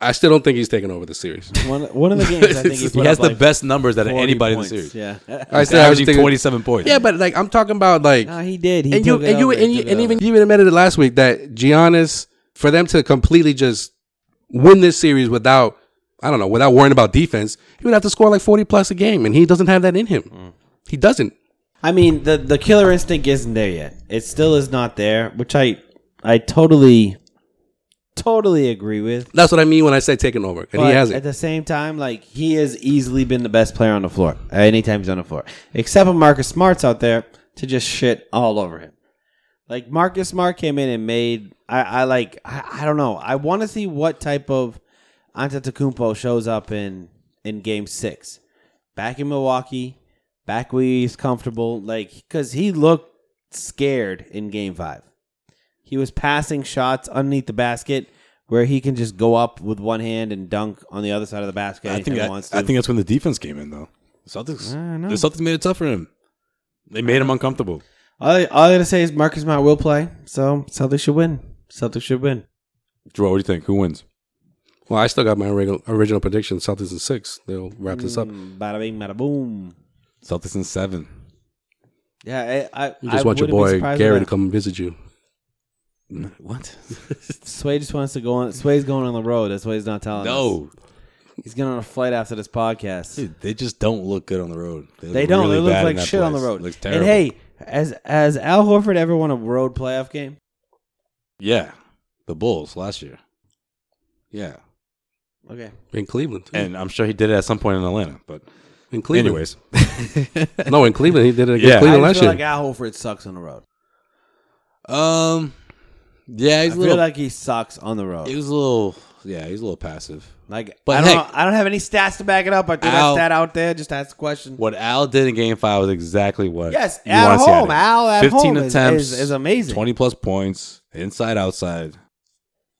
S9: I still don't think he's taking over the series.
S8: One, one
S5: [LAUGHS]
S8: of the games I think he,
S5: he,
S8: put
S5: has
S8: up,
S5: the
S8: like,
S5: best numbers out of
S8: 40
S5: anybody
S8: points.
S5: in the series.
S8: Yeah.
S9: I
S5: He's
S9: said I was
S5: averaging
S9: thinking-
S5: 27 points.
S9: Yeah, but like I'm talking about like
S8: No, he did. He
S9: and you
S8: took it
S9: and you
S8: over.
S9: and,
S8: He
S9: you,
S8: took it
S9: and even
S8: over.
S9: you even admitted it last week that Giannis for them to completely just win this series without I don't know without worrying about defense, he would have to score like forty plus a game, and he doesn't have that in him. He doesn't.
S8: I mean, the the killer instinct isn't there yet. It still is not there, which I I totally totally agree with.
S9: That's what I mean when I say taking over, and he
S8: But
S9: hasn't.
S8: At the same time, like he has easily been the best player on the floor uh, anytime he's on the floor, except when Marcus Smart's out there to just shit all over him. Like Marcus Smart came in and made I, I like I, I don't know I want to see what type of Antetokounmpo shows up in in Game Six, back in Milwaukee, back where he's comfortable, like because he looked scared in Game Five. He was passing shots underneath the basket where he can just go up with one hand and dunk on the other side of the basket.
S5: I
S8: anytime
S5: think
S8: he
S5: I,
S8: wants to.
S5: I think that's when the defense came in though. The Celtics,
S8: don't know.
S5: the Celtics made it tough for him. They made him uncomfortable.
S8: all, I, all I gotta say is Marcus Smart will play, so Celtics should win. Celtics should win.
S5: Drew, what do you think? Who wins?
S9: Well, I still got my original, original prediction: Celtics in six. They'll wrap this up.
S8: Mm, Bada bing, bada boom.
S5: Celtics in seven.
S8: Yeah, I, I
S9: You just
S8: I
S9: want
S8: wouldn't
S9: your
S8: be
S9: boy
S8: surprised
S9: Gary
S8: if
S9: to come visit you.
S5: What?
S8: Sway just wants to go on. Sway's going on the road. That's why he's not telling
S5: No.
S8: us. He's going on a flight after this podcast.
S5: Dude, they just don't look good on the road.
S8: they don't.
S5: really
S8: they look
S5: bad in
S8: like
S5: that
S8: shit on the
S5: place.
S8: road.
S5: Looks terrible.
S8: and hey, has has Al Horford ever won a road playoff game?
S5: yeah, the Bulls last year. Yeah,
S8: Okay.
S9: in Cleveland, too.
S5: and I'm sure he did it at some point in Atlanta, but
S9: in Cleveland.
S5: anyways,
S9: [LAUGHS] no, in Cleveland he did it against
S5: Yeah.
S9: Cleveland
S8: I
S9: last
S8: just feel
S9: year.
S8: like Al Horford sucks on the road.
S5: [LAUGHS] um, yeah,
S8: I
S5: he's a
S8: feel
S5: little.
S8: like he sucks on the road.
S5: he was a little. Yeah, he's a little passive.
S8: Like,
S5: But
S8: I don't,
S5: hey-
S8: know, I don't have any stats to back it up. I threw
S5: Al-
S8: that stat out there. Just ask the question.
S5: What Al did in Game Five was exactly what.
S8: Yes,
S5: you
S8: at
S5: wanna see out of
S8: home,
S5: him.
S8: Al at home is- is- is amazing.
S5: Twenty plus points, inside outside.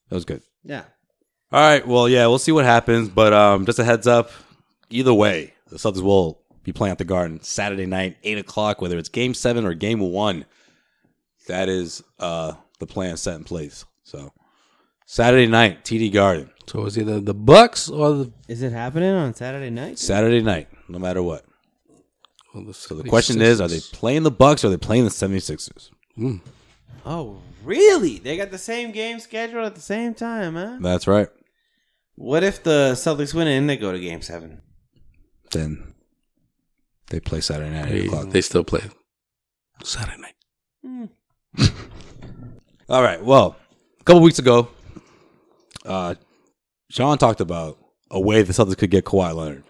S5: That was good.
S8: Yeah.
S5: All right. Well, yeah, we'll see what happens. But um, just a heads up. Either way, the Celtics will be playing at the Garden Saturday night, eight o'clock. Whether it's Game Seven or Game One, that is uh the plan set in place. So Saturday night, TD Garden.
S9: So it's either the Bucks or the
S8: Is it happening on Saturday night?
S5: Saturday night, no matter what. So the
S9: 76ers.
S5: question is, are they playing the Bucks or are they playing the 76ers?
S8: Oh, really? They got the same game scheduled at the same time, huh?
S5: That's right.
S8: What if the Celtics win and they go to Game Seven?
S5: Then they play Saturday night at 8
S9: They,
S5: o'clock. Hmm.
S9: they still play Saturday night.
S5: [LAUGHS] All right. Well, a couple weeks ago, uh, Sean talked about a way the Celtics could get Kawhi Leonard.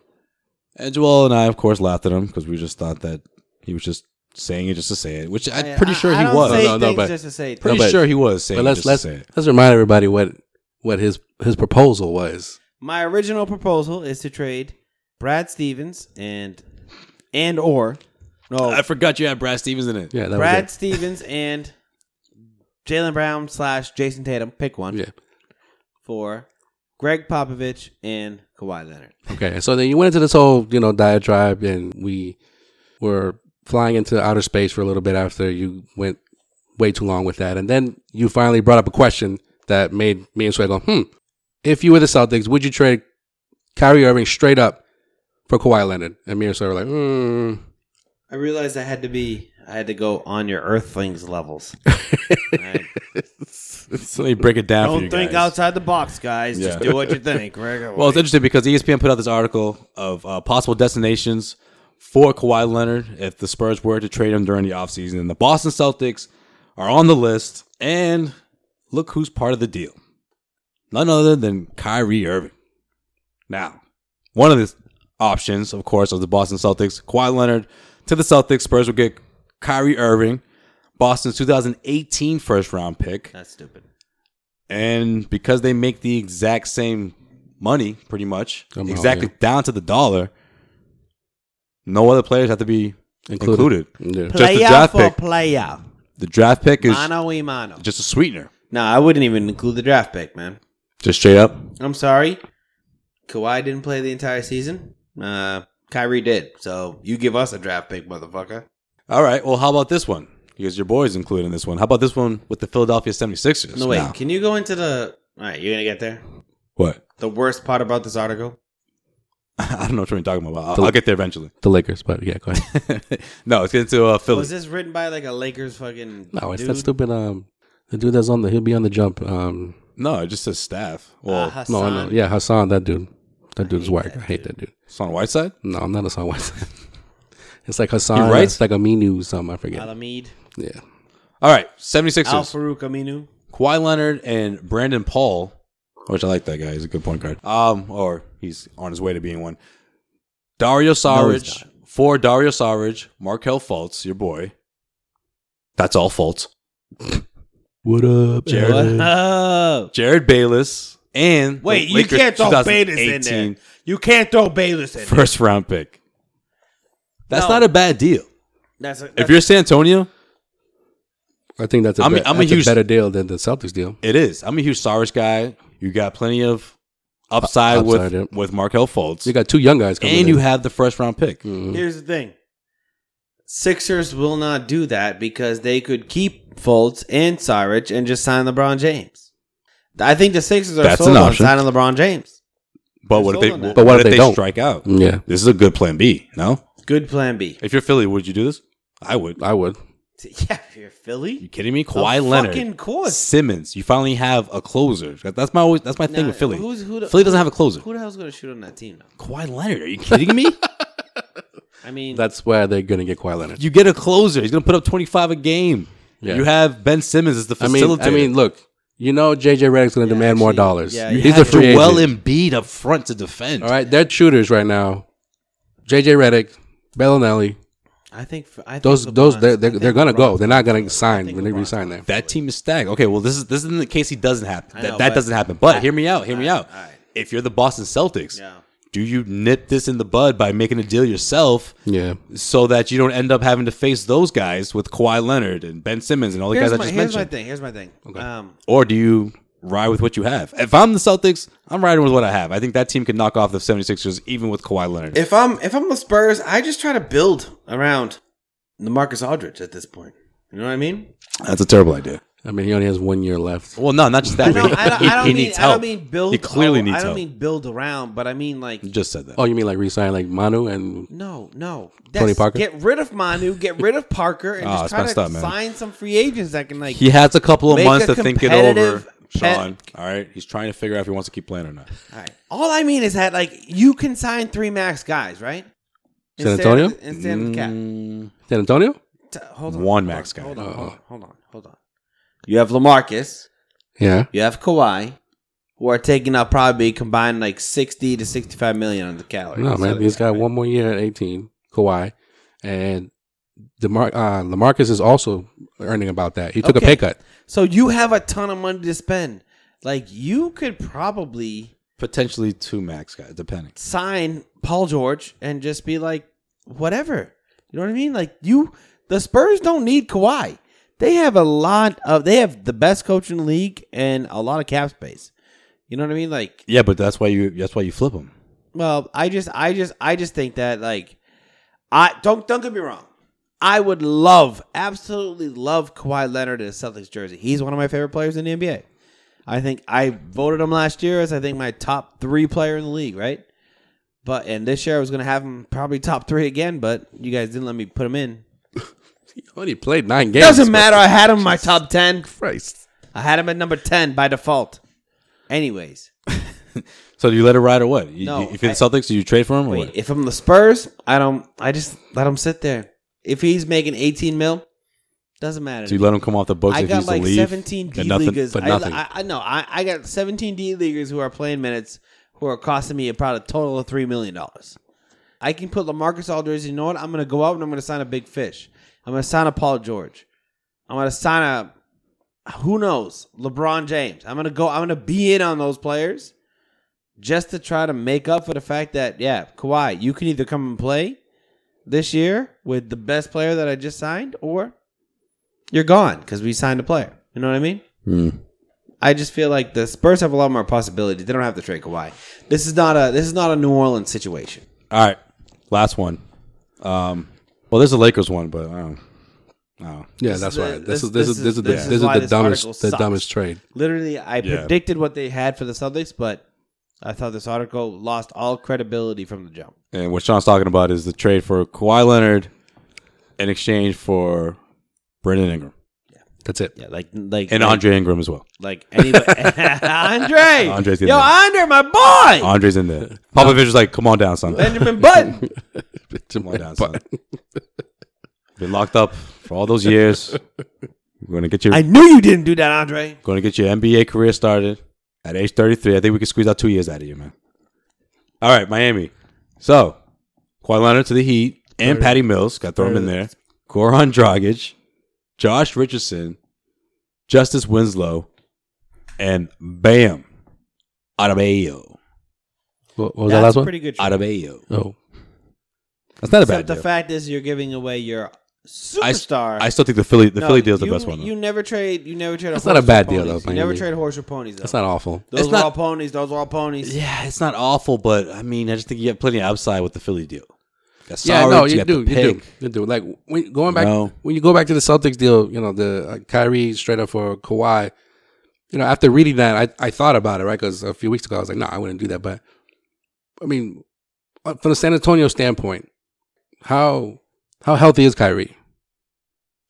S5: And Joel and I, of course, laughed at him because we just thought that he was just saying it just to say it, which I'm pretty
S8: I-
S5: sure
S8: I
S5: he
S8: don't
S5: was.
S8: say No, no, no, things but- just to say it.
S5: Pretty
S9: No, but-
S5: sure he was saying
S9: But let's
S5: it just
S9: let's
S5: to say it.
S9: let's remind everybody what what his his proposal was.
S8: My original proposal is to trade Brad Stevens and and or no
S5: I forgot you had Brad Stevens in it.
S9: Yeah, that
S8: Brad
S9: was
S8: Stevens and Jalen Brown slash Jason Tatum. Pick one.
S9: Yeah.
S8: For Greg Popovich and Kawhi Leonard.
S9: it. Okay, so then you went into this whole you know diatribe, and we were flying into outer space for a little bit after you went way too long with that, and then you finally brought up a question that made me and Sway go, hmm. If you were the Celtics, would you trade Kyrie Irving straight up for Kawhi Leonard? And me and Sway were like, hmm.
S8: I realized I had to be. I had to go on your
S5: [LAUGHS]
S8: Earthlings levels. Right.
S5: So [LAUGHS] let me break it down for
S8: Don't
S5: you
S8: think
S5: guys.
S8: outside the box, guys. Just
S5: Yeah.
S8: do what you think. Right?
S5: [LAUGHS] Well, it's interesting because E ESPN put out this article of uh, possible destinations for Kawhi Leonard if the Spurs were to trade him during the offseason. And the Boston Celtics are on the list. And look who's part of the deal none other than Kyrie Irving. Now, one of the options, of course, of the Boston Celtics, Kawhi Leonard to the Celtics. Spurs will get Kyrie Irving, Boston's 2018 first round pick.
S8: That's stupid.
S5: And because they make the exact same money, pretty much,
S9: Somehow,
S5: exactly down to the dollar, no other players have to be included.
S9: Included. Yeah.
S5: Just the draft pick.
S8: player.
S5: The draft pick is
S8: Mano y mano.
S5: just a sweetener.
S8: No, I wouldn't even include the draft pick, man.
S5: Just straight up.
S8: I'm sorry. Kawhi didn't play the entire season. Uh, Kyrie did. So you give us a draft pick, motherfucker.
S5: All right. Well, how about this one? Because your boy's included in this one. How about this one with the Philadelphia 76ers?
S8: No, wait.
S5: Now,
S8: Can you go into the. All right, you're going to get there?
S5: What? [LAUGHS]
S8: The worst part about this article?
S5: I don't know what you're talking about. I'll,
S9: The-
S5: I'll get there eventually. [LAUGHS]
S9: The Lakers, but yeah, go ahead.
S5: no, it's getting to uh, Philly.
S8: Was this written by like a Lakers fucking.
S9: [LAUGHS] No, it's
S8: dude?
S9: that stupid. Um, the dude that's on the he'll be on the jump. Um,
S5: No, it just says staff. Well,
S8: Ah,
S9: no, no,
S8: Hassan.
S9: yeah, Hassan, that dude, that dude's whack. I hate that dude.
S5: it's on Whiteside?
S9: No, I'm not Hassan Whiteside. [LAUGHS] it's like Hassan.
S5: right?
S9: It's like a Aminu, something I forget.
S8: Alamid.
S9: Yeah,
S5: All right. 76ers.
S8: Al Farouk Aminu.
S5: Kawhi Leonard and Brandon Paul, which I like that guy. He's a good point guard. Um, or he's on his way to being one. Dario Saric for Dario Saric, Markel Fultz, your boy. That's all Fultz.
S9: What up,
S5: Jared,
S9: Aaron?
S5: Jared Bayless and Uh, the
S8: Wait, you
S5: Lakers
S8: can't throw Bayless
S5: 2018
S8: in there. You can't throw Bayless in
S5: First round pick. That's
S8: No.
S5: not a bad deal.
S8: That's a-
S5: if you're San Antonio,
S9: I think that's a,
S5: I'm a-
S9: be-
S5: I'm a
S9: that's a
S5: huge-
S9: better deal than the Celtics deal.
S5: It is. I'm a huge Saric guy. You got plenty of upside,
S9: Upside,
S5: with
S9: yep.
S5: with Markel Fultz.
S9: You got two young guys coming
S5: and
S9: in. Mm.
S5: you have the first round pick.
S8: Here's the thing. Sixers will not do that because they could keep Fultz and Saric and just sign LeBron James. I think the Sixers are
S5: That's
S8: sold
S5: an
S8: on
S5: option.
S8: signing LeBron James.
S5: But what if
S8: sold on
S5: they?
S8: that.
S5: But what if they, strike out?
S9: Yeah.
S5: this is a good plan B. No,
S8: Good plan B. [LAUGHS]
S5: if you're Philly, would you do this? I would.
S9: I would.
S8: Yeah, if you're Philly.
S5: You kidding me? Kawhi Leonard,
S8: fucking course.
S5: Simmons. You finally have a closer. That- That's my always, that's my thing
S8: Nah,
S5: with Philly.
S8: who's- who the-
S5: Philly doesn't have a closer.
S8: Who the hell's going to shoot on that team? Though?
S5: Kawhi Leonard? Are you kidding
S9: [LAUGHS]
S5: me?
S8: I mean,
S9: That's where they're gonna get Kawhi Leonard.
S5: you get a closer. He's gonna put up 25 a game.
S9: Yeah.
S5: You have Ben Simmons as the
S9: I mean,
S5: facilitator.
S9: I mean, look, you know, JJ Redick's gonna demand more dollars.
S5: yeah, you
S9: He's a
S5: have
S9: free
S5: Joel
S9: agent.
S5: Embiid up front to defend.
S9: All right, they're shooters right now. JJ Redick, Bellinelli.
S8: I think I think
S9: Those, those,
S8: LeBron's-
S9: they're,
S8: I
S9: they're,
S8: think
S9: they're gonna go.
S8: LeBron's-
S9: They're not gonna sign when they resign there.
S5: That team is stacked. Okay, well, this is this is in the case he doesn't happen.
S8: I
S5: that
S8: know,
S5: that
S8: but-
S5: doesn't happen. But hear me out. Hear me out. If you're the Boston Celtics,
S8: Yeah.
S5: do you nip this in the bud by making a deal yourself?
S9: Yeah.
S5: So that you don't end up having to face those guys with Kawhi Leonard and Ben Simmons and all the
S8: Here's,
S5: guys
S8: my,
S5: I just
S8: here's my
S5: mentioned.
S8: thing. Here's my thing. Um,
S5: Or do you ride with what you have? If I'm the Celtics, I'm riding with what I have. I think that team can knock off the 76ers even with Kawhi Leonard.
S8: if I'm if I'm the Spurs, I just try to build around LaMarcus Aldridge at this point. You know what I mean?
S5: That's a terrible idea.
S9: I mean, he only has one year left.
S5: Well, no, not just that.
S8: I don't, I don't, I
S5: [LAUGHS]
S8: don't
S5: he
S8: mean,
S5: needs
S8: I don't
S5: help.
S8: mean build.
S5: He clearly
S8: oh,
S5: needs
S8: I don't
S5: help.
S8: mean build around, but I mean like
S5: You just said that.
S9: Oh, you mean like resign like Manu and
S8: no, no.
S9: Tony Parker?
S8: Get rid of Manu. Get rid of Parker, and
S5: Oh,
S8: just
S5: it's
S8: try
S5: messed
S8: to
S5: up, man.
S8: sign some free agents that can like.
S5: He has a couple of
S8: make
S5: months
S8: a
S5: to think it
S8: competitive
S5: over,
S8: pet-
S5: Sean. All right, he's trying to figure out if he wants to keep playing or not.
S8: All right. All I mean is that like you can sign three max guys, right?
S9: San Antonio? Mm,
S8: Instead, of- instead of the cap.
S9: San Antonio?
S8: T- Hold on.
S5: One
S8: hold
S5: max
S8: on,
S5: guy.
S8: Hold on, hold on, hold on, hold on. You have Lamarcus.
S9: Yeah.
S8: You have Kawhi, who are taking out probably combined like sixty to sixty-five million on the calories.
S9: No, man, he's got one more year at 18, Kawhi, and DeMar- uh, Lamarcus is also earning about that. He took a pay cut.
S8: So you have a ton of money to spend. Like you could probably
S5: Potentially two max guys, depending.
S8: sign Paul George and just be like, whatever. You know what I mean? Like you, the Spurs don't need Kawhi. They have a lot of. They have the best coach in the league and a lot of cap space. You know what I mean? Like
S5: Yeah, but that's why you that's why you flip him.
S8: Well, I just, I just, I just think that like, I don't don't get me wrong. I would love, absolutely love Kawhi Leonard in a Celtics jersey. He's one of my favorite players in the NBA. I think I voted him last year as I think my top three player in the league, right? But and this year I was gonna have him probably top three again, but you guys didn't let me put him in.
S9: He only played nine games.
S8: Doesn't matter. I had him in my top ten.
S9: Christ.
S8: I had him at number ten by default. Anyways,
S5: So do you let it ride or what? You,
S8: No,
S5: you- if you're the Celtics, do you trade for him or
S8: Wait,
S5: what?
S8: if I'm the Spurs, I don't. I just let him sit there. If he's making 18 mil, doesn't matter.
S5: Do you let him come off the books
S8: I
S5: if
S8: got
S5: he's
S8: like
S5: to leave?
S8: 17
S5: For
S8: D
S5: nothing-
S8: leaguers.
S5: for nothing.
S8: I, I, I know. I, I got 17 D leaguers who are playing minutes who are costing me about a total of three million dollars. I can put Lamarcus Aldridge. You know what? I'm going to go out and I'm going to sign a big fish. I'm going to sign a Paul George. I'm going to sign a who knows LeBron James. I'm going to go. I'm going to be in on those players just to try to make up for the fact that yeah, Kawhi, you can either come and play this year with the best player that I just signed, or you're gone because we signed a player. You know what I mean? I just feel like the Spurs have a lot more possibilities. They don't have to trade Kawhi. This is not a this is not a New Orleans situation.
S5: All right, last one. Um, well, there's a Lakers one, but I don't. I don't.
S9: Yeah,
S8: This is
S9: that's
S8: the-
S9: right. This,
S8: this-
S9: is this,
S8: this
S9: is this is
S8: is-
S9: the,
S8: this
S9: this
S8: is
S9: is
S8: why
S9: the
S8: this article
S9: dumbest the
S8: sucks.
S9: dumbest trade.
S8: Literally, I
S5: Yeah.
S8: predicted what they had for the Celtics, but I thought this article lost all credibility from the jump.
S5: And what Sean's talking about is the trade for Kawhi Leonard in exchange for Brendan Ingram
S9: That's it.
S8: Yeah, like like
S5: and
S8: like,
S5: Andre Ingram as well.
S8: Like anybody, Andre,
S5: Andre's in
S8: yo,
S5: there.
S8: Andre, my boy,
S5: Andre's in there. Popovich is like, "Come on down, son.
S8: Benjamin Button.
S5: Come on down, son. Been locked up for all those years. We're We're gonna get you.
S8: I knew you didn't do that, Andre.
S5: Going to get your NBA career started at age 33. I think we can squeeze out two years out of you, man. All right, Miami. So, Kawhi Leonard to the Heat and Patty Mills. Got to throw him in there. Goran Dragic, Josh Richardson, Justice Winslow, and Bam Adebayo.
S9: What,
S8: was that That's last one? pretty good trade.
S5: Adebayo.
S9: Oh.
S5: That's not a
S8: Except
S5: bad
S8: the
S5: deal.
S8: fact is, you're giving away your
S5: I,
S8: superstar.
S5: I still think the Philly the
S8: No,
S5: Philly deal is the
S8: you-
S5: best one. Though.
S8: You never trade. You never trade.
S9: That's
S8: a
S9: not
S8: horse
S9: a bad
S8: for
S9: deal,
S8: ponies.
S9: though,
S8: You never
S9: Miami.
S8: trade a horse for ponies. Though.
S9: That's not awful.
S8: Those
S5: It's
S8: are
S5: not-
S8: all ponies. Those are all ponies.
S5: Yeah, it's not awful, but I mean, I just think you get plenty of upside with the Philly deal. Gasol,
S9: Yeah, no, you
S5: got
S9: do,
S5: the
S9: you do,
S5: pick.
S9: you do. Like when going back,
S5: No.
S9: when you go back to the Celtics deal, you know the uh, Kyrie straight up for Kawhi. You know, after reading that, I, I thought about it right because a few weeks ago I was like, no, I wouldn't do that. But I mean, uh, from the San Antonio standpoint, how how healthy is Kyrie,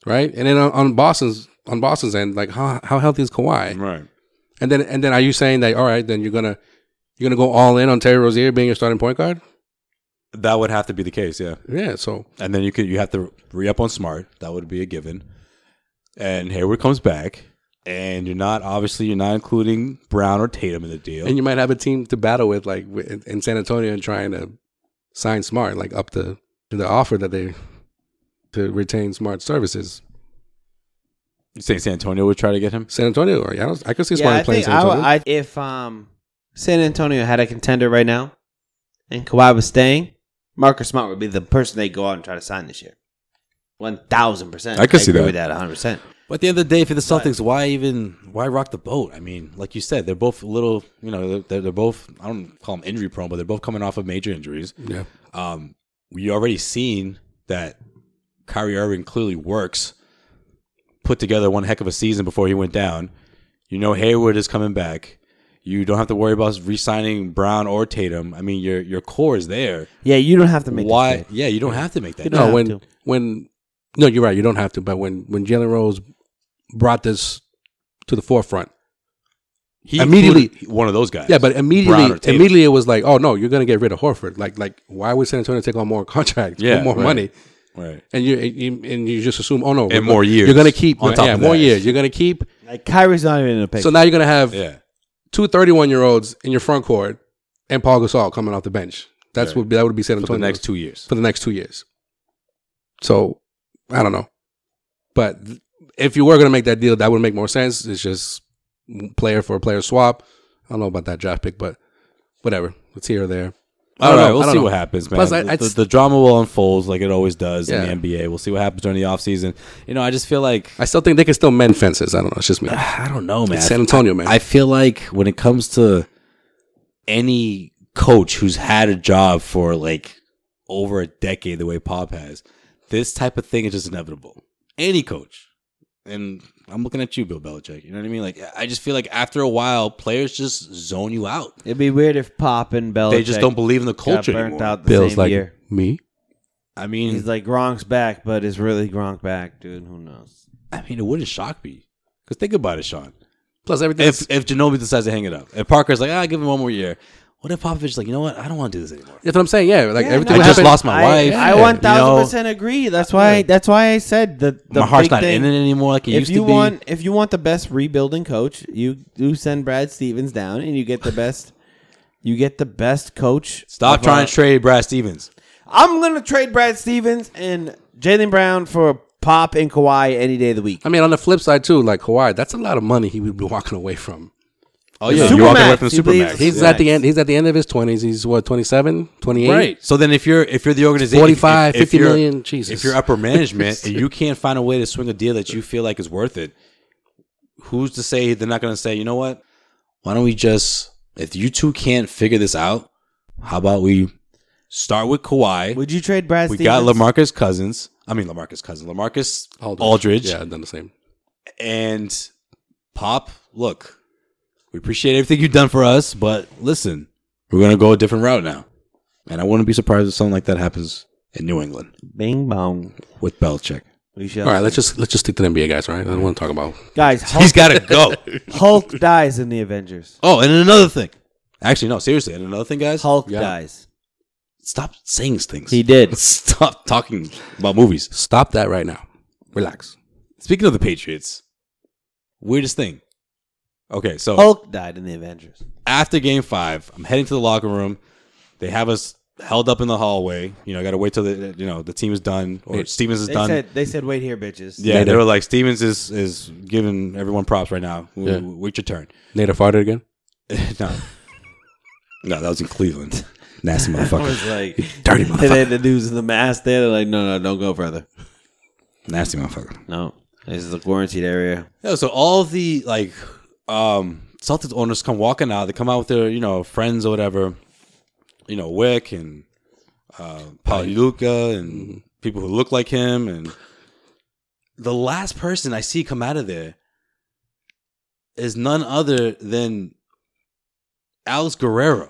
S9: right? And then on, on Boston's on Boston's end, like how how healthy is Kawhi,
S5: right?
S9: And then and then are you saying that all right? Then you're gonna you're gonna go all in on Terry Rozier being your starting point guard?
S5: That would have to be the case, yeah.
S9: Yeah, so
S5: And then you could you have to re up on Smart. That would be a given. And Hayward comes back, and you're not obviously you're not including Brown or Tatum in the deal.
S9: And you might have a team to battle with, like wi- in, in San Antonio, and trying to sign Smart, like up the the offer that they to retain Smart services.
S5: You saying San Antonio would try to get him?
S9: San Antonio, or I, don't, I could see
S8: Yeah,
S9: Smart
S8: I
S9: playing
S8: think
S9: San
S8: I,
S9: Antonio.
S8: would- I, if um, San Antonio had a contender right now, and Kawhi was staying, Marcus Smart would be the person they go out and try to sign this year. One thousand percent.
S5: I could see
S8: agree
S5: that.
S8: with that. One hundred percent.
S5: But at the end of the day, for the Celtics, why even why rock the boat? I mean, like you said, they're both a little, you know, they're- they're, they're both I don't call them injury prone, but they're both coming off of major injuries.
S9: Yeah.
S5: Um, we already seen that Kyrie Irving clearly works. Put together one heck of a season before he went down. You know Hayward is coming back. You don't have to worry about re-signing Brown or Tatum. I mean, your your core is there.
S8: Yeah, you don't have to make.
S5: Why?
S8: That trade.
S5: yeah, you don't have to make that.
S8: You don't
S9: no,
S8: have
S9: when
S8: to.
S9: when no, you're right. You don't have to. But when when Jalen Rose brought this to the forefront,
S5: He
S9: Immediately-
S5: included one of those guys.
S9: yeah. But
S5: Brown or
S9: immediately,
S5: Tatum.
S9: immediately it was like, oh no, you're gonna get rid of Horford. Like like why would San Antonio take on more [LAUGHS] contract,
S5: Yeah,
S9: more
S5: right.
S9: money?
S5: right.
S9: And you, and you and you just assume, oh no,
S5: And
S9: we're-
S5: more years
S9: You're gonna keep
S5: on top
S9: yeah,
S5: of
S9: more
S5: that.
S9: years. You're gonna keep
S8: Like Kyrie's not even in the picture.
S9: So now you're gonna have
S5: Yeah.
S9: two 31 year olds in your front court and Paul Gasol coming off the bench. That's
S5: Right.
S9: what that would be San
S5: For
S9: Antonio
S5: the next two years.
S9: for the next two years. So I don't know, but th- if you were gonna make that deal, that would make more sense. It's just player for player swap. I don't know about that draft pick, but whatever. It's here or there. I
S5: All
S9: don't
S5: right,
S9: know.
S5: we'll
S9: I don't
S5: see
S9: know.
S5: what happens, man.
S9: Plus, I,
S5: the,
S9: I,
S5: the- the drama will unfold like it always does
S9: Yeah.
S5: in the NBA. We'll see what happens during the offseason. You know, I just feel like
S9: I still think they can still mend fences. I don't know. It's just me.
S5: [SIGHS] I don't know, man.
S9: It's San Antonio, man.
S5: I feel like when it comes to any coach who's had a job for like over a decade, the way Pop has, this type of thing is just inevitable. Any coach, and I'm looking at you, Bill Belichick. You know what I mean? Like, I just feel like after a while, players just zone you out.
S8: It'd be weird if Pop and Belichick
S5: They just don't believe in the
S8: got
S5: culture
S8: burnt
S5: anymore. mm.
S8: out the
S9: Bill's
S8: same
S9: like
S8: year.
S9: me.
S5: I mean,
S8: He's like Gronk's back, but it's really Gronk back, dude. Who knows?
S5: I mean, it wouldn't shock me. Because think about it, Sean.
S9: Plus everything.
S5: If if Ginobili decides to hang it up, if Parker's like, ah, give him one more year. What if Popovich is like, you know what? I don't want to do this anymore.
S9: That's what I'm saying. Yeah, like
S8: Yeah,
S9: everything.
S5: I
S8: no,
S9: that
S5: just
S9: happened-
S5: lost my
S8: I,
S5: wife.
S8: I
S5: Yeah. You
S8: one
S5: know,
S8: thousand percent agree. That's why. That's why I said the, the
S5: my heart's
S8: big
S5: not
S8: thing-
S5: in it anymore like it
S8: if
S5: used
S8: you
S5: to be.
S8: want, if you want the best rebuilding coach, you you send Brad Stevens down, and you get the best. you get the best coach.
S5: Stop
S8: of
S5: trying
S8: our-
S5: to trade Brad Stevens.
S8: I'm gonna trade Brad Stevens and Jalen Brown for Pop and Kawhi any day of the week.
S9: I mean, on the flip side too, like Kawhi, that's a lot of money he would be [LAUGHS] walking away from.
S5: Oh
S8: yeah,
S5: yeah,
S8: Supermax,
S5: you're walking away from
S8: he
S5: the
S8: believes-
S5: Supermax.
S9: He's
S8: Yeah.
S9: at the end. He's at the end of his twenties. He's what 27, 28?
S5: right. So then, if you're if you're the organization,
S9: 45,
S5: if, if
S9: 50
S5: you're-
S9: million, Jesus.
S5: if you're upper
S9: [LAUGHS]
S5: management and you can't find a way to swing a deal that you feel like is worth it, who's to say they're not going to say, you know what? Why don't we just if you two can't figure this out, how about we start with Kawhi?
S8: Would you trade Brad?
S5: we got
S8: Stevens?
S5: Lamarcus Cousins. I mean Lamarcus Cousins, Lamarcus Aldridge,
S9: Yeah, I've done the same.
S5: and Pop. Look, we appreciate everything you've done for us, but listen, we're gonna go a different route now. And I wouldn't be surprised if something like that happens in New England
S8: Bing bong.
S5: with Belichick.
S8: We shall.
S9: All right, let's just let's just stick to the NBA guys. All right, I don't want to talk about. [LAUGHS]
S8: guys. Hulk,
S5: He's got to go.
S8: Hulk dies in the Avengers.
S5: Oh, and another thing. Actually, no, seriously, and another thing, guys.
S8: Hulk
S9: Yeah.
S8: dies.
S5: Stop saying things. [LAUGHS]
S8: He did.
S5: Stop talking about movies.
S9: Stop that right now. Relax.
S5: Speaking of the Patriots, Weirdest thing. Okay, so
S8: Hulk died in the Avengers.
S5: after game five, I'm heading to the locker room. They have us held up in the hallway. You know, I got to wait till the you know the team is done or Stevens is
S8: they
S5: done.
S8: Said, they said, "Wait here, bitches."
S5: yeah, they, were like Stevens is is giving everyone props right now. W-
S9: Yeah.
S5: w- Wait your turn. [LAUGHS]
S9: Native farted again.
S5: no, no, that was in Cleveland. Nasty
S8: I [LAUGHS]
S5: motherfucker.
S8: was like,
S5: You [LAUGHS] dirty
S8: And then
S5: motherfucker.
S8: the dudes in the mask there, they're like, "No, no, don't go further."
S5: Nasty motherfucker.
S8: No, this is a quarantined area.
S5: Yeah, so all the like um Celtics owners come walking out. They come out with their you know friends or whatever. You know Wick and uh, Paluca
S9: Mm-hmm.
S5: and people who look like him and the last person I see come out of there is none other than Alex Guerrero.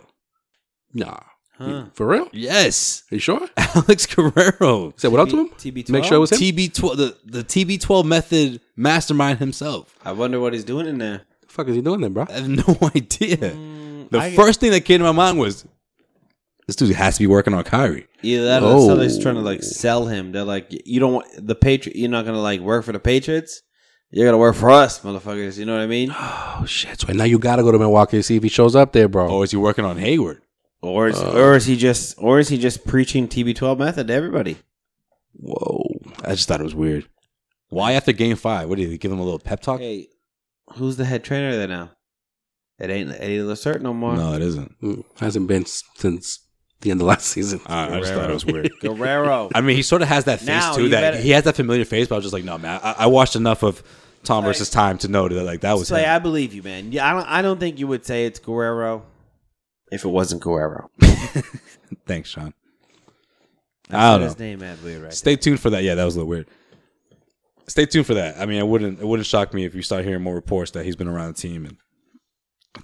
S9: Nah.
S5: Huh.
S9: For real?
S5: Yes.
S9: Are you sure?
S5: [LAUGHS] Alex Guerrero.
S9: Say what up to him?
S8: TB12?
S9: Make sure it was him.
S5: TB12 the, the TB12 method mastermind himself.
S8: I wonder what he's doing in there.
S9: the fuck is he doing then, bro?
S5: I have no [LAUGHS] idea. the
S8: Mm, I-
S5: first thing that came to my mind was this dude has to be working on Kyrie.
S8: Either that,
S5: Oh.
S8: or somebody's trying to like sell him. They're like, "You don't want the Patriot. You're not gonna like work for the Patriots. You're gonna work for us, motherfuckers." You know what I
S5: [SIGHS]
S8: mean?
S9: Oh shit! So now you gotta go to Milwaukee to see if he shows up there, bro.
S5: Or is he working on Hayward?
S8: Or is,
S5: Uh.
S8: or is he just or is he just preaching TB12 method to everybody?
S5: Whoa. I just thought it was weird. Why after game five? What did he give him a little pep talk?
S8: Hey, who's the head trainer there now? It ain't Eddie Lacert no more.
S5: No, it isn't.
S9: Mm, hasn't been s- since the end of last [LAUGHS] season.
S5: I, I just thought it was
S8: [LAUGHS]
S5: weird.
S8: Guerrero.
S5: [LAUGHS] I mean, he sort of has that face
S8: Now
S5: too.
S8: you
S5: That
S8: better-
S5: he has that familiar face, but I was just like, no, man. I, I watched enough of Tom versus Time to know that like that was.
S8: Slay,
S5: him.
S8: I believe you, man. Yeah, I don't. I don't think you would say it's Guerrero if it wasn't Guerrero.
S5: [LAUGHS] Thanks, Sean.
S8: I
S5: I
S8: said
S5: don't know.
S8: his name ad weird right
S5: Stay tuned for that. Yeah, that was a little weird. Stay tuned for that. I mean, it wouldn't it wouldn't shock me if you start hearing more reports that he's been around the team and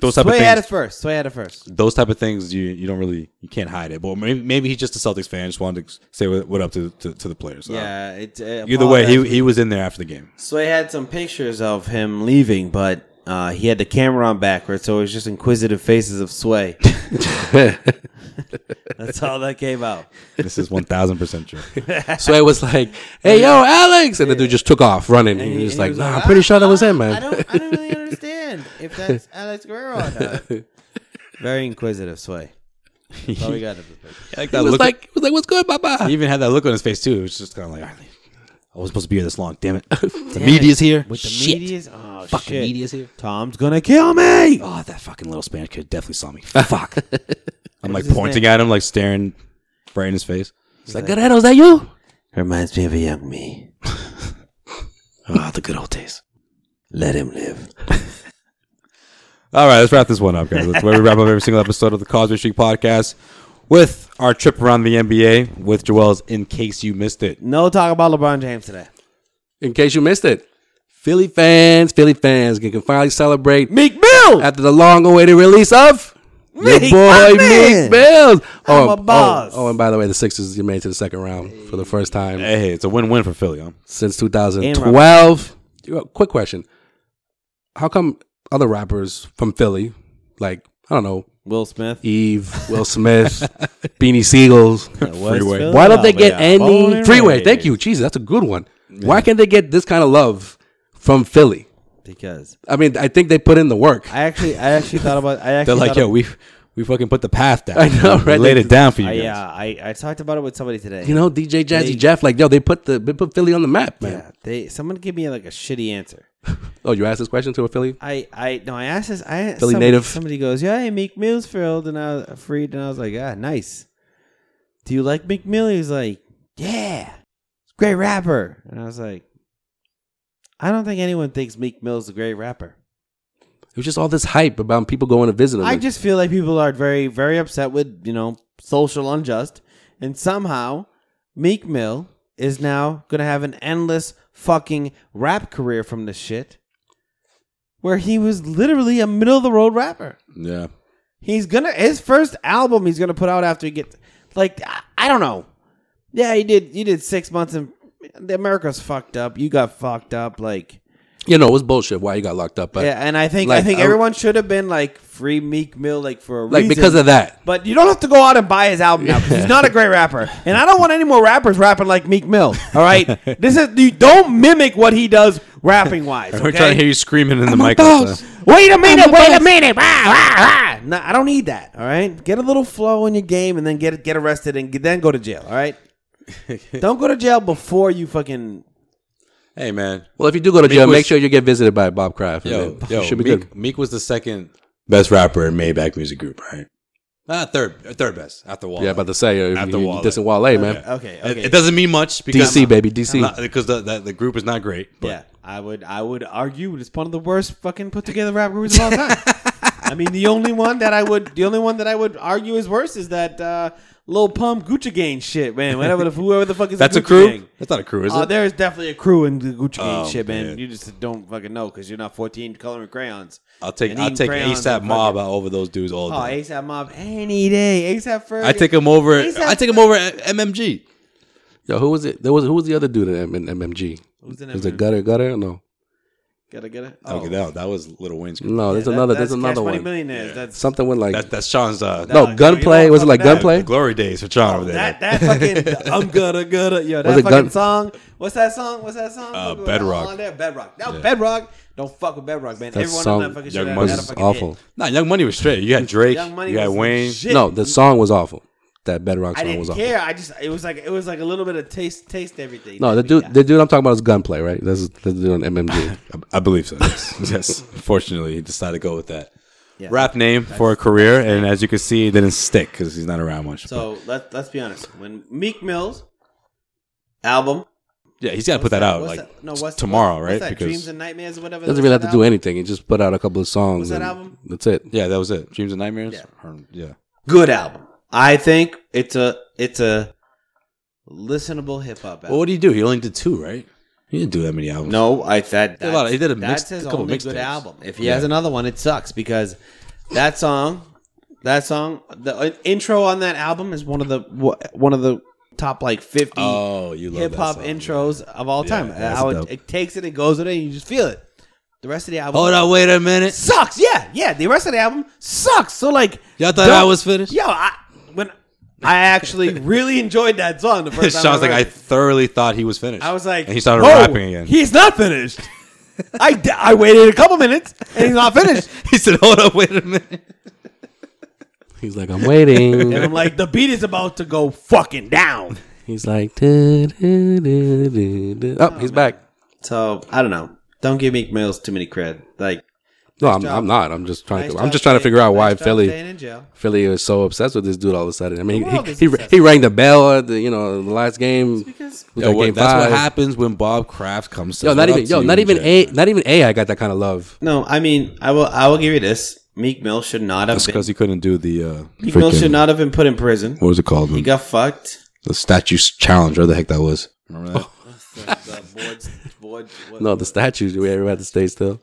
S5: those type
S8: Sway
S5: of
S8: had
S5: things.
S8: it first. Sway had it first.
S5: those type of things you you don't really you can't hide it. But maybe, maybe he's just a Celtics fan. Just wanted to say what, what up to, to to the players.
S8: Yeah. It, uh,
S5: Uh, either way,
S8: apologize.
S5: he he was in there after the game.
S8: Sway had some pictures of him leaving, but uh, he had the camera on backwards, so it was just inquisitive faces
S5: [LAUGHS]
S8: of Sway. [LAUGHS] That's all that came
S5: [LAUGHS]
S8: out.
S5: This is one thousand percent
S8: [LAUGHS]
S5: true.
S9: So it was like, "Hey, yo, Alex!" And the dude just took off running. he was like, "Nah, I'm pretty sure that was him, man."
S8: I don't. I don't really understand if that's Alex Guerrero or not. Very
S5: [LAUGHS]
S8: inquisitive Sway. That's all we got. of this picture.
S5: like
S9: He was like, "He was like, what's good, Baba?"
S5: he even had that look on his face too. It was just kind of like. I was supposed to be here this long.
S9: [LAUGHS]
S5: Damn it! the media's here.
S8: With the
S5: Shit.
S8: media's, oh
S5: Fucking
S8: shit!
S5: media's here.
S8: Tom's gonna kill me.
S5: Oh, that fucking little Spanish kid definitely saw
S9: [LAUGHS]
S5: me. Fuck. I'm like
S8: his
S5: pointing
S8: name?
S5: at him, like staring right in his face.
S9: He's like, "Guerrero, is that you?"
S8: Reminds me of a young [LAUGHS] me.
S5: Ah, the good old days.
S8: Let him live.
S5: All right, let's wrap this one up, guys. That's where we wrap up every single episode of the Causeway Street Podcast with our trip around the NBA with Joel's in case you missed it.
S8: No talk about LeBron James today.
S9: In case you missed it, Philly fans, Philly fans, can can finally celebrate
S8: Meek Mill.
S9: after the long-awaited release of
S8: Meek,
S9: your
S8: my
S9: boy
S8: man.
S9: Meek Mills.
S8: a boss.
S9: Oh, oh, and by the way, the Sixers you made it to the second round for the first time
S5: Hey, it's a win-win for Philly, huh?
S9: since 2012. Yo, Quick question: How come other rappers from Philly, like I don't know,
S8: Will Smith.
S9: Eve, Will [LAUGHS] Smith, Beanie Siegels,
S5: Freeway.
S9: why don't
S8: Oh,
S9: they get
S8: Born
S9: any
S8: and
S9: freeway?
S8: raised.
S9: Thank you, Jesus, that's a good one. Why can't they get this kind of love from Philly?
S8: Because
S9: I mean, I think they put in the work.
S8: I actually, I actually thought about. I
S5: They're
S8: actually
S5: like,
S8: thought
S5: yo,
S8: ab-
S5: we we fucking put the path down.
S9: [LAUGHS] I know,
S5: We
S9: right?
S5: laid
S9: They- uh,
S5: it down for you
S8: I,
S5: guys.
S8: yeah, I, I talked about it with somebody today.
S9: You know, DJ Jazzy
S8: They-
S9: Jeff, like, yo, they put the they put Philly on the map, man.
S8: yeah, they someone gave me like a shitty answer.
S9: Oh, you asked this question to a Philly?
S8: I, I no, I asked this. I
S9: Philly
S8: somebody,
S9: native.
S8: Somebody goes, yeah, hey, Meek Mill's filled, and I was freed, and I was like, ah, nice. Do you like Meek Mill? He's like, yeah, he's a great rapper, and I was like, I don't think anyone thinks Meek Mill's a great rapper.
S9: It was just all this hype about people going to visit him.
S8: I just feel like people are very, very upset with, you know, social unjust. And somehow Meek Mill is now going to have an endless fucking rap career from this shit where he was literally a middle of the road rapper.
S5: yeah.
S8: He's going to, his first album he's going to put out after he gets, like, I, I don't know. Yeah, he did, you did six months and America's fucked up. You got fucked up. Like,
S9: you know, it was bullshit why he got locked up, but
S8: yeah, and I think I
S9: like,
S8: think
S9: I-
S8: everyone should have been like free Meek Mill like for a
S9: like
S8: reason.
S9: because of that.
S8: But you don't have to go out and buy his album now because he's not a great rapper,
S5: [LAUGHS]
S8: and I don't want any more rappers rapping like Meek Mill. All right, this is you don't mimic what he does rapping wise.
S5: We're trying to hear you screaming in the
S8: I'm a
S5: mic.
S8: boss. Wait a minute,
S4: I'm a
S8: wait a
S4: boss.
S8: minute. Rah, rah, rah. No, I don't need that. All right. Get a little flow in your game and then get get arrested and get, then go to jail.
S5: [LAUGHS]
S8: All right. don't go to jail before you fucking
S5: Hey man.
S9: Well, if you do go to
S5: Meek
S9: jail,
S5: was-
S9: make sure you get visited by Bob Kraft. and
S5: Yo,
S9: then
S5: yo,
S9: you should be
S5: Meek,
S9: good.
S5: Meek was the second best rapper in Maybach Music Group, right? Ah, third, third best after Wale.
S9: Yeah, about to say, uh, if
S5: after
S9: you- you
S5: Wale.
S9: dissing Wale, man.
S8: Okay,
S5: It-
S8: okay.
S5: It, doesn't mean much because
S9: DC, baby, DC.
S5: Not- because the, the the group is not great. But
S8: Yeah, I would I would argue it's one of the worst fucking put together rap groups of all time. I mean, the only one that I would the only one that I would argue is worse is that uh, Lil Pump Gucci Gang shit, man. Whatever the whoever the fuck is
S5: That's a
S8: Gucci
S5: crew?
S8: Gang.
S5: That's not a crew, is
S8: Uh,
S5: it?
S8: There is definitely a crew in the Gucci Gang
S5: Oh,
S8: shit, man.
S5: man.
S8: You just don't fucking know because you're not 14 coloring crayons.
S5: I'll take
S8: and
S5: I'll
S8: eating
S5: take
S8: crayons
S5: ASAP
S8: and
S5: Mob out over those dudes all day.
S8: fucking- Oh, ASAP Mob any day. ASAP Ferg.
S5: I take him over.
S8: ASAP
S5: I take him over at MMG.
S9: Yo, who was it? There was who was the other dude in, M- in MMG?
S8: Who's in
S9: Is it
S8: MMG?
S9: Gutter Gutter? No,
S8: Gotta get it. Oh.
S5: Okay, that, that was Little Wayne's. Group.
S9: no. There's
S8: that-
S9: another.
S8: that's
S9: there's another
S8: Cash Money
S9: one.
S8: Millionaires. That's-
S9: Something with like
S5: That, that's Sean's. Uh,
S9: no gunplay. Was it like
S8: fuck with that.
S9: gunplay?
S5: glory days for Sean over there.
S8: That that
S9: [LAUGHS]
S8: fucking I'm gonna gonna yo that
S9: Was it
S8: fucking
S9: Gun-
S8: song. What's that song? What's that song?
S5: Uh,
S8: Fuck with
S5: Bedrock.
S8: all On there? Bedrock. Now
S5: Yeah.
S8: Bedrock. Don't fuck with Bedrock, man.
S9: That
S8: Everyone
S9: song,
S8: on that fucking
S9: Young
S8: show had-
S9: Money
S8: had a
S9: was
S8: fucking
S9: awful.
S8: hit.
S5: Nah, Young Money was straight. You got Drake.
S8: Young Money
S5: you got
S8: was the
S5: Wayne.
S8: shit.
S9: No, the song was awful. That Bedrock
S8: I
S9: song was
S8: didn't
S9: awful.
S8: care. I just it was like it was like a little bit of taste taste everything.
S9: No, the dude, the dude I'm talking about is Gunplay, right? This is the dude on MMG.
S5: I, I believe so. Yes. [LAUGHS] yes. Fortunately, he decided to go with that
S8: Yeah.
S5: rap name for a career, and as you can see, it didn't stick because he's not around much.
S8: So let let's be honest. When Meek Mills album.
S5: Yeah, he's gotta put
S8: what's
S5: that out,
S8: what's
S5: like,
S8: no, what's
S5: tomorrow,
S8: what's
S5: right?
S8: that?
S5: Because-
S8: Dreams and Nightmares or whatever.
S9: Doesn't
S8: what's
S9: really
S8: that
S9: have to do anything. He just put out a couple of
S8: What's
S9: songs.
S8: that
S9: and
S8: album?
S9: That's it.
S5: yeah, that was it. Dreams and Nightmares. Or- yeah.
S8: Good album. I think it's a it's a listenable hip hop album.
S5: Well, what did he do? He only did two, right? He didn't do that many albums.
S8: No, I that
S5: He did a lot of- he did a
S8: that's
S5: mix-
S8: his
S5: a couple
S8: only
S5: mixtapes.
S8: good album. If he
S5: Yeah.
S8: has another one, it sucks because that song, that song, the uh, intro on that album is one of the one of the top like fifty
S5: Oh, you love that
S8: hip hop
S5: song,
S8: intros of all time.
S5: that's
S8: How
S5: dope. Oh,
S8: it, it takes it and goes with it, and you just feel it. The rest of the album,
S5: Hold on, wait a minute.
S8: sucks. Yeah, yeah. The rest of the album sucks. So like,
S5: Y'all thought
S8: don't-
S5: I was finished? [LAUGHS]
S8: Yo, I, when I actually really enjoyed that song the first time.
S5: Sean's like,
S8: heard
S5: I
S8: it.
S5: thoroughly thought he was finished.
S8: I was like,
S5: and he started
S8: "Whoa,
S5: rapping again.
S8: He's not finished. I, d- I waited a couple minutes and he's not finished.
S5: he said, "Hold up, wait a minute."
S9: He's like, I'm waiting.
S8: [LAUGHS] And I'm like, the beat is about to go fucking down.
S9: he's like, "Da, da, da, da, da." oh, he's back.
S8: So I don't know. Don't give Meek Mills too many cred. Like
S9: No,
S8: Nice
S9: I'm,
S8: job.
S9: I'm not. I'm just trying
S8: Nice
S9: to.
S8: job
S9: I'm just trying to
S8: staying-
S9: figure out
S8: nice
S9: why
S8: job
S9: Philly,
S8: staying in jail.
S9: Philly is so obsessed with this dude all of a sudden. I mean,
S8: The world
S9: he
S8: is
S9: he, he,
S8: obsessed
S9: he rang the bell. At the, you know, the last game.
S8: because-
S9: was
S5: Yo,
S9: like
S5: what-
S9: game
S5: that's
S9: five.
S5: what happens when Bob Kraft comes.
S9: Yo,
S5: says,
S9: not
S5: "What
S9: even.
S5: up to
S9: Yo,
S5: you
S9: not
S5: and
S9: even
S5: Jay?"
S9: a. Not even AI got that kind of love.
S8: no, I mean, I will I will give you this. Meek Mill should not have
S5: That's
S8: been.
S5: because he couldn't do the. Uh,
S8: Meek Mill
S5: freaking-
S8: should not have been put in prison.
S5: What was it called?
S8: He got fucked.
S5: the statue challenge, or the heck that was. Remember that?
S9: No, the statues. We ever had to stay still.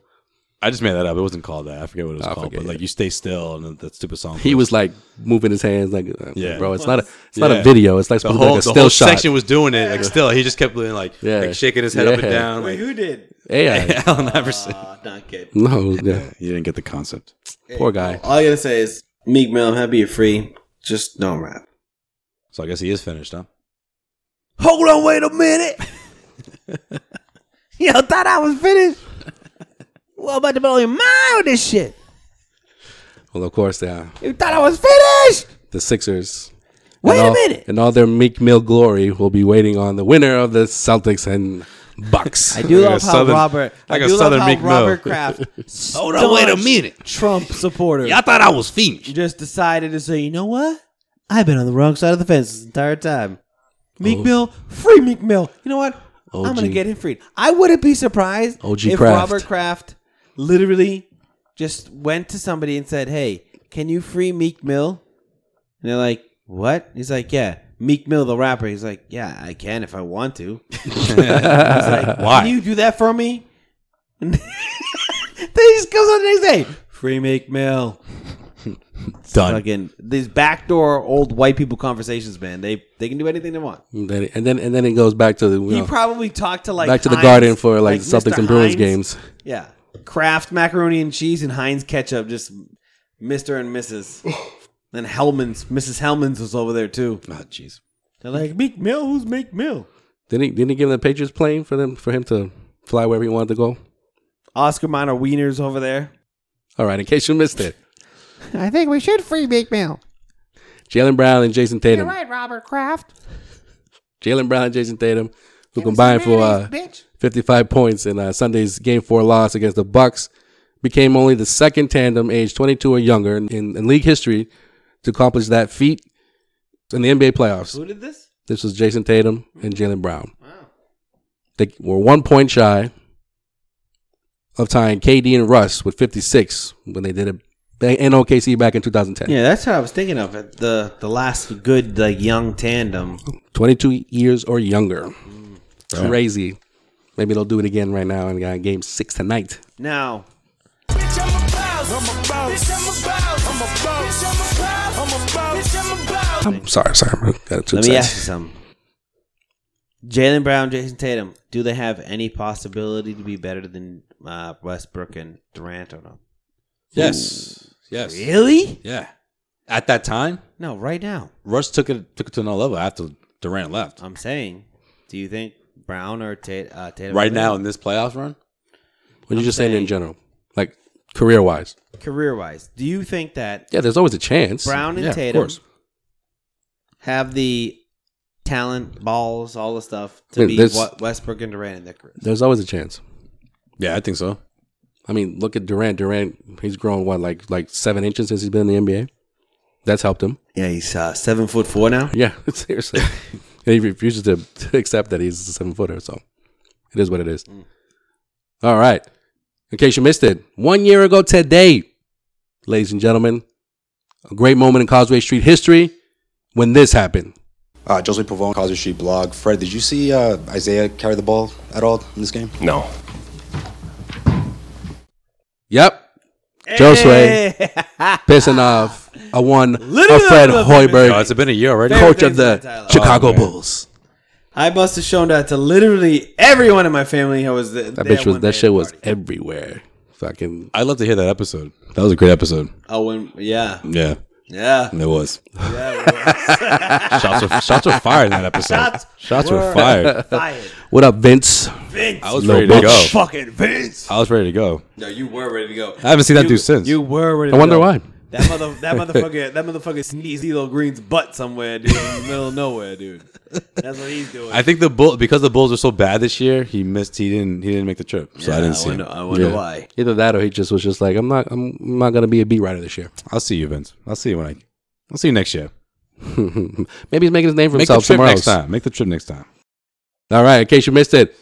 S5: I just made that up. It wasn't called that. I forget what it was
S9: I
S5: called.
S9: forget,
S5: But like,
S9: yeah.
S5: you stay still, and then that stupid song.
S9: He was like moving his hands, like,
S5: Yeah.
S9: yeah. bro. It's not a. It's not a video. It's like
S5: the
S9: supposed
S5: whole,
S9: to be like a
S5: the
S9: still
S5: whole
S9: shot.
S5: section was doing it. Like still, he just kept doing like,
S9: Yeah.
S5: like shaking his head up and
S9: Yeah.
S5: down. Like,
S8: Wait,
S9: [LAUGHS]
S8: who did?
S5: [LAUGHS]
S9: AI.
S5: Alan Iverson.
S8: Uh, not good.
S9: No, yeah.
S5: You didn't get the concept.
S9: Poor guy.
S8: All I gotta say is Meek Mill, I'm happy you're free. Just don't rap.
S5: So I guess he is finished, huh?
S8: Hold on, wait a minute. Yo, thought I was [LAUGHS] finished. Well, I'm about to blow your mind with this shit.
S9: Well, of course they are.
S8: You thought I was finished?
S9: The Sixers.
S8: Wait
S9: and
S8: a
S9: all,
S8: minute.
S9: And all their Meek Mill glory will be waiting on the winner of the Celtics and Bucks.
S8: I do
S5: Like a
S8: love how
S5: Southern-
S8: Robert,
S5: like
S8: I
S5: a
S8: do
S5: Southern
S8: love
S5: Meek
S8: how
S5: Mill.
S8: Robert [LAUGHS] Kraft.
S5: Hold on, wait a
S8: staunch
S5: minute.
S8: Trump supporter.
S5: Y'all thought I was finished. [LAUGHS]
S8: [LAUGHS] just decided to say, you know what? I've been on the wrong side of the fence this entire time. Meek
S9: Oh.
S8: Mill, free Meek Mill. You know what? I'm
S9: OG.
S8: gonna get him freed. I wouldn't be surprised
S9: OG
S8: if
S9: Kraft.
S8: Robert Kraft literally just went to somebody and said, "Hey, can you free Meek Mill?" And they're like, "What?" He's like, "Yeah, Meek Mill, the rapper." He's like, "Yeah, I can if I want to." He's like,
S5: Why?
S8: Can you do that for me? [LAUGHS] then he just comes on the next day. Free Meek Mill.
S5: Done.
S8: Fucking these backdoor old white people conversations, man. They they can do anything they want.
S9: And then, and then and then it goes back to the you
S8: He
S9: know,
S8: probably talked to like
S9: back to the
S8: Heinz,
S9: garden for like, the Celtics
S8: Mr.
S9: and Bruins
S8: Heinz.
S9: games.
S8: Yeah, Kraft macaroni and cheese and Heinz ketchup, just Mister and
S9: [LAUGHS]
S8: Mrs. then Hellman's, Mrs. Hellman's was over there too.
S5: Ah, jeez.
S8: They're like Meek Mill, who's Meek Mill?
S9: Didn't he, didn't he give him the Patriots plane for them for him to fly wherever he wanted to go?
S8: Oscar Minor Wieners over there.
S9: All right, in case you missed it,
S11: I think we should free Big Mel.
S9: Jalen Brown and Jason Tatum.
S11: right, Robert Kraft.
S9: Jalen Brown and Jason Tatum, who combined for uh,
S11: bitch.
S9: 55 points in uh, Sunday's Game 4 loss against the Bucks, became only the second tandem age 22 or younger in, in, in league history to accomplish that feat in the NBA playoffs.
S8: Who did this?
S9: This was Jason Tatum and Jalen Brown. They were one point shy of tying KD and Russ with 56 when they did it in OKC back in 2010.
S8: Yeah, that's what I was thinking of. it, The the last good like young tandem.
S9: 22 years or younger. Crazy. Maybe they'll do it again right now in uh, game six tonight.
S8: Now
S9: I'm sorry, sorry. Got too
S8: let me
S9: excited.
S8: ask [LAUGHS] you something. Jalen Brown, Jason Tatum, do they have any possibility to be better than uh, Westbrook and Durant or no?
S5: Yes. Yes.
S8: Really?
S5: Yeah. At that time,
S8: No, right now.
S5: Russ took it took it to another level after Durant left.
S8: I'm saying, do you think Brown or Tat- uh, Tatum?
S5: Right now in this playoff run,
S9: What are you just saying in general? Like career wise.
S8: career wise, do you think that
S9: Yeah, there's always a chance.
S8: Brown and
S9: Yeah, of
S8: Tatum
S9: course.
S8: have the talent, balls, all the stuff
S9: Yeah,
S8: to be
S9: there's-
S8: what Westbrook and Durant in their career?
S9: There's always a chance.
S5: Yeah, I think so.
S9: I mean, look at Durant. Durant, he's grown what, like like seven inches since he's been in the NBA. That's helped him.
S8: Yeah, he's uh, seven foot four [LAUGHS] now.
S9: Yeah, [LAUGHS] seriously. and he refuses to, [LAUGHS] to accept that he's a seven footer. So it is what it is. All right. In case you missed it, one year ago today, ladies and gentlemen, a great moment in Causeway Street history when this happened.
S12: Uh, Jose Pavone, Causeway Street blog. Fred, did you see uh, Isaiah carry the ball at all in this game? No.
S9: Yep. Joe Sway pissing off a one of Fred Hoiberg.
S5: Oh, it's been a year already.
S9: Coach of the Chicago Bulls.
S8: I must have shown that to literally everyone in my family who was th- there
S9: That bitch was
S8: when-
S9: that shit was everywhere. Fucking
S5: I'd love to hear that episode. That was a great episode.
S8: Oh, when, yeah,
S5: Yeah.
S8: yeah.
S5: It was. [LAUGHS]
S8: Yeah, it was.
S5: shots, were, shots were fired in that episode.
S8: [LAUGHS] Shots
S5: Shots,
S8: were
S5: were
S8: [LAUGHS]
S5: fired.
S8: fired.
S9: What up, Vince?
S8: Vince.
S5: I was
S9: Little
S5: ready to go.
S9: bitch.
S8: Fucking Vince.
S5: I was ready to go.
S8: No, you were ready to go.
S5: I haven't seen that
S8: You-
S5: dude since.
S8: You were ready.
S5: I wonder
S8: to go.
S5: why.
S8: That
S5: [LAUGHS]
S8: mother, that motherfucker, that motherfucker sneezed D'Lo Green's butt somewhere, dude, in the middle of nowhere, dude. That's what he's doing.
S5: I think the bull because the Bulls are so bad this year, he missed. He didn't. He didn't make the trip, so I didn't
S8: I
S5: see.
S8: wonder-
S5: him.
S8: I wonder
S5: Yeah.
S8: why.
S9: Either that or he just was just like, I'm not I'm not gonna be a beat writer this year.
S5: I'll see you, Vince. I'll see you when I. I'll see you next year.
S9: Maybe he's making his name for
S5: Make the
S9: himself
S5: trip
S9: somewhere
S5: next
S9: else.
S5: time. Make the trip next time.
S9: All right, in case you missed it.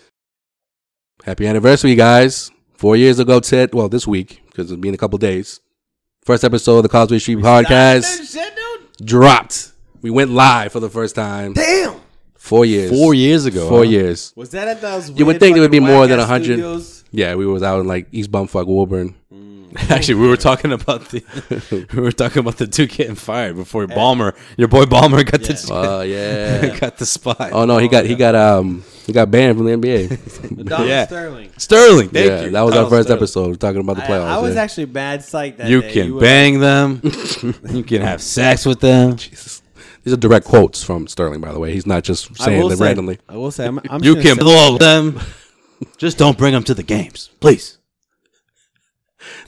S9: Happy anniversary, guys. Four years ago, Ted. Well, this week, because it'll be in a couple days. First episode of the Causeway Street podcast dropped. We went live for the first time.
S8: Damn.
S9: Four years.
S5: Four years ago,
S9: Four
S5: huh?
S9: years.
S8: Was that at those?
S9: You would
S8: weird
S9: think there would be
S8: fucking
S9: more
S8: whack
S9: than
S8: ass
S9: hundred.
S8: studios?
S9: Yeah, we was out in like East Bumfuck, Woburn.
S5: Mm. [LAUGHS] Actually, we were talking about the [LAUGHS] we were talking about the dude getting fired before Balmer. Your boy Balmer got the
S9: Oh yeah,
S5: [LAUGHS] got the spot.
S9: Oh no, he got he got um he got banned from the
S8: [LAUGHS]
S9: NBA.
S8: Donald
S5: Yeah.
S8: Sterling.
S5: Sterling, thank
S9: yeah,
S5: you.
S9: that was our
S5: Donald
S9: first
S5: Sterling.
S9: episode. We're talking about the playoffs.
S8: I, I was
S9: yeah.
S8: actually bad psyched that
S5: You
S8: day.
S5: can
S8: were- [LAUGHS]
S5: bang
S9: [LAUGHS]
S5: them. you can have sex with them.
S9: Jesus. These are direct quotes from Sterling, by the way. He's not just
S8: I
S9: saying
S8: will
S9: them
S8: say-
S9: randomly.
S8: I will say, I'm, I'm
S5: you
S8: just
S5: can blow
S8: gonna
S5: them. Just don't bring them to the games, please.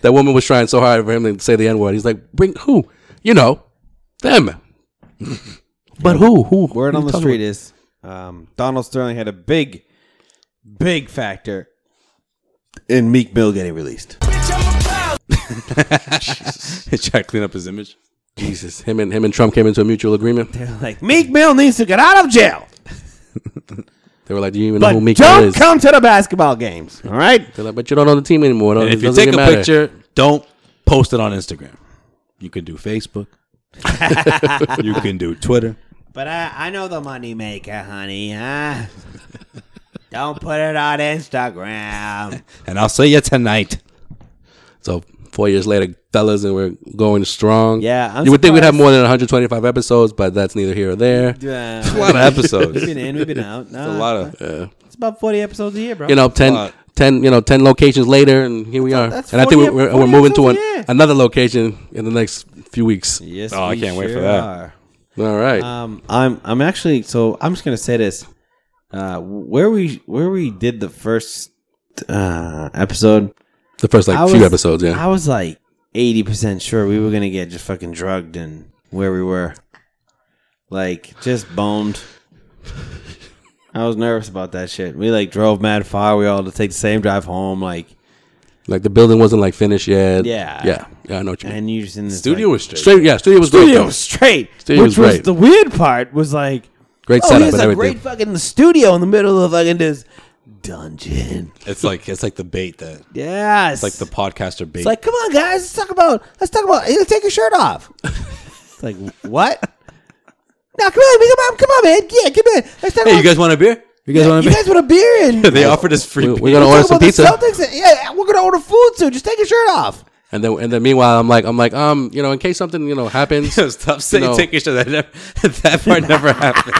S9: That woman was trying so hard for him to say the N word. He's like, bring who? You know,
S5: [LAUGHS]
S9: them. but who? Who?
S8: Word
S9: who
S8: on
S9: you
S8: the
S9: talking
S8: street
S9: about?
S8: is um, Donald Sterling had a big, big factor in Meek Mill getting released. [LAUGHS]
S5: [LAUGHS] He tried to clean up his image.
S9: Jesus. Him and him and Trump came into a mutual agreement. They
S8: Like Meek Mill needs to get out of jail,
S9: were like, do you even
S8: but
S9: know who Meek Mill
S8: don't
S9: is?
S8: come to the basketball games. All right,
S9: They're like, but you don't own the team anymore.
S5: And
S9: It
S5: if you
S9: doesn't
S5: take a
S9: even matter."
S5: picture, don't post it on Instagram. You can do
S9: [LAUGHS]
S5: Facebook. you can do Twitter.
S8: but I, I know the money maker, honey. Huh? don't put it on Instagram.
S5: And I'll see you tonight.
S9: So four years later, fellas, and we're going strong.
S8: Yeah, I'm
S9: you would think we'd have
S8: surprised-
S9: more than 125 episodes, but that's neither here or there.
S8: [LAUGHS] Yeah.
S5: It's a lot of episodes.
S9: [LAUGHS]
S8: We've been in, we've been out.
S5: It's a
S8: No,
S5: lot of.
S9: Uh,
S8: It's about forty episodes a year, bro.
S9: you know,
S5: lot.
S9: 10, 10, you know, 10 locations later, and here we are.
S8: that's
S9: and I think
S8: 40
S9: we're, we're,
S8: ep-
S9: we're
S8: 40
S9: moving to an,
S8: episodes, yeah.
S9: another location in the next few weeks.
S8: Yes,
S5: Oh, I
S8: we
S5: can't wait for
S8: sure
S5: that.
S8: are.
S9: All right.
S8: Um, I'm I'm Uh, actually so I'm just gonna say this. Uh, where we where we did the first uh, episode,
S9: the first like
S8: I
S9: few
S8: was-
S9: episodes, yeah.
S8: I was like eighty percent sure we were gonna get just fucking drugged and where we were, like just
S9: [LAUGHS]
S8: boned. I was nervous about that shit. We like drove mad far. We all had to take the same drive home. Like
S9: Like the building wasn't like finished yet.
S8: Yeah.
S9: yeah, yeah. I know what you mean.
S8: and you just in this
S5: Studio
S8: like-
S5: was straight.
S9: Straight, yeah. Studio was
S8: studio
S9: great. though.
S8: was straight.
S9: Studio
S8: which
S9: was
S8: was
S9: great.
S8: the weird part was like
S9: Great
S8: oh,
S9: setup
S8: here's
S9: and
S8: a
S9: everything.
S8: great fucking studio in the middle of fucking this dungeon.
S5: It's like it's like the bait that it's
S8: Yes.
S5: like the podcaster bait.
S8: It's like, come on, guys, let's talk about let's talk about you know, take your shirt off. it's like what? No, come on, come on, come on, man. Yeah, come on. Let's talk
S5: hey,
S8: about
S5: you guys want a beer?
S9: You guys want
S8: you guys want a
S5: [LAUGHS]
S8: beer and
S5: they offered us free.
S9: We-
S5: beer.
S9: we're gonna order
S8: Let's
S9: some
S8: talk about
S9: pizza,
S5: [LAUGHS]
S8: the Celtics. And, yeah, we're gonna order food too. Just take your shirt off.
S9: and then and then meanwhile, I'm like, I'm like, um, you know, in case something you know happens,
S5: Stop saying
S9: No.
S5: take your shirt. That, never, [LAUGHS] that
S9: [LAUGHS]
S5: part never happened.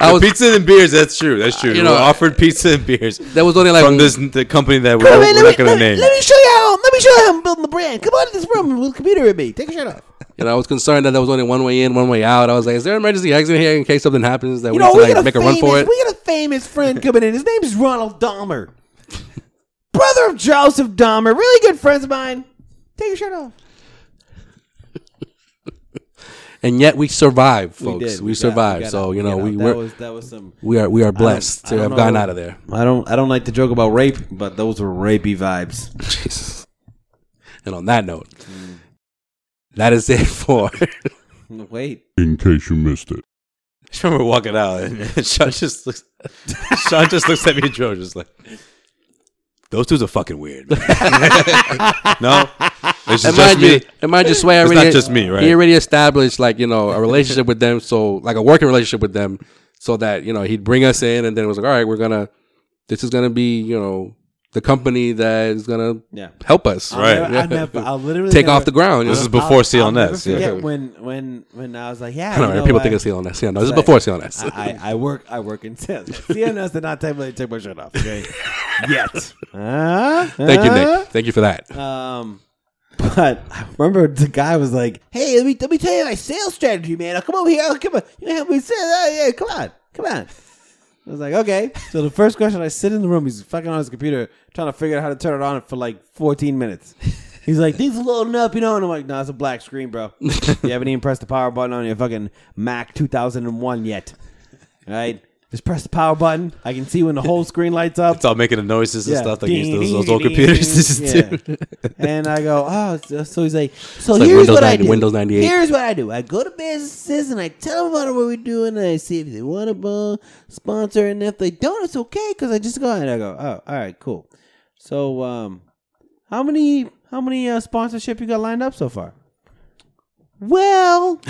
S5: The pizza and beers. That's true. That's true.
S9: You
S5: You
S9: know,
S5: know, offered pizza and beers.
S9: That was only like
S5: from this the company that we're,
S8: Come on,
S5: we're
S8: man,
S5: not
S8: let, me,
S5: gonna
S8: let,
S5: name.
S8: me, let me show you how. Let me show you how I'm building the brand. Come on to this room with a computer at me. Take your shirt off.
S9: you know, I was concerned that there was only one way in, one way out. I was like, is there an emergency exit here in case something happens that
S8: You
S9: we
S8: know,
S9: need
S8: we
S9: to
S8: got,
S9: like
S8: a
S9: make a
S8: famous,
S9: run for it?
S8: we got a famous friend coming in. His name is Ronald Dahmer. Brother of Joseph Dahmer. Really good friends of mine. Take your shirt off.
S9: And yet we survived,
S8: We
S9: folks.
S8: did.
S9: We,
S8: We got-
S9: survived.
S8: we got
S9: so
S8: out.
S9: you know,
S8: You know,
S9: we
S8: that
S9: were
S8: was- that was some-
S9: we are we are blessed
S8: I
S9: to
S8: don't
S9: have
S8: know.
S9: gotten out of there.
S8: I don't I don't like to joke about rape, but those were rapey vibes.
S9: Jesus. And on that note, that is it
S5: [LAUGHS]
S9: [LAUGHS] for.
S8: [LAUGHS] Wait.
S13: In case you missed it.
S5: I remember walking out, and
S9: [LAUGHS]
S5: Sean just looks. Sean just looks at me and Joe just like, "Those dudes are fucking weird." man." [LAUGHS] no, it's just,
S9: And mind
S5: me.
S9: you, and mind you, Sway
S5: It's
S9: already
S5: not just me, right?
S9: He already established like you know a relationship with them, so like a working relationship with them, so that you know he'd bring us in, and then it was like, all right, we're gonna, this is gonna be you know the company that is gonna
S8: Yeah.
S9: help us,
S8: I'll never- I'll never- I'll literally
S9: take
S8: never-
S9: off the ground.
S5: This
S9: you
S5: is
S9: know?
S5: before
S8: I'll never
S5: CLNS.
S8: forget
S5: Yeah.
S8: when when when I was like, yeah,
S9: I know,
S8: you know
S9: people
S8: I-
S9: think it's CLNS. Yeah, no, this is
S8: I-
S9: before CLNS.
S8: I, I, I work I work in sales. [LAUGHS] CLNS did not tell me to take my shirt off. Okay,
S9: [LAUGHS]
S8: yet. Uh-huh. Huh?
S9: Thank you,
S8: Huh?
S9: Nick. Thank you
S8: [LAUGHS]
S9: for that.
S8: Um, but I remember the guy was like, "Hey, let me let me tell you my sales strategy, man. I'll come over here. I'll come on. You help me sell. Oh, yeah, come on, come on." I was like, "Okay." So the first question, I sit in the room. He's fucking on his computer, trying to figure out how to turn it on for like 14 minutes. He's like, "Things are loading up, you know," and I'm like, "No, it's a black screen,
S9: [LAUGHS]
S8: bro. you haven't even pressed the power button on your fucking Mac 2001 yet, right?" Just press the power button. I can see when the whole screen lights up.
S5: It's all making the noises and
S8: Yeah.
S5: stuff like these
S8: Ding,
S5: those,
S8: ding,
S5: those old
S8: ding,
S9: [LAUGHS]
S5: computers
S8: ding.
S5: do.
S8: [LAUGHS] and I go, oh, so, so he's like, so
S9: It's like
S8: here's
S9: Windows
S8: what I
S9: 90
S8: do.
S9: Windows 98.
S8: Here's what I do. I go to businesses and I tell them about what we do, and I see if they want to bu- sponsor, and if they don't, it's okay because I just go and I go, oh, all right, cool. So, um, how many how many uh, sponsorship you got lined up so far?
S9: [LAUGHS]
S8: Well,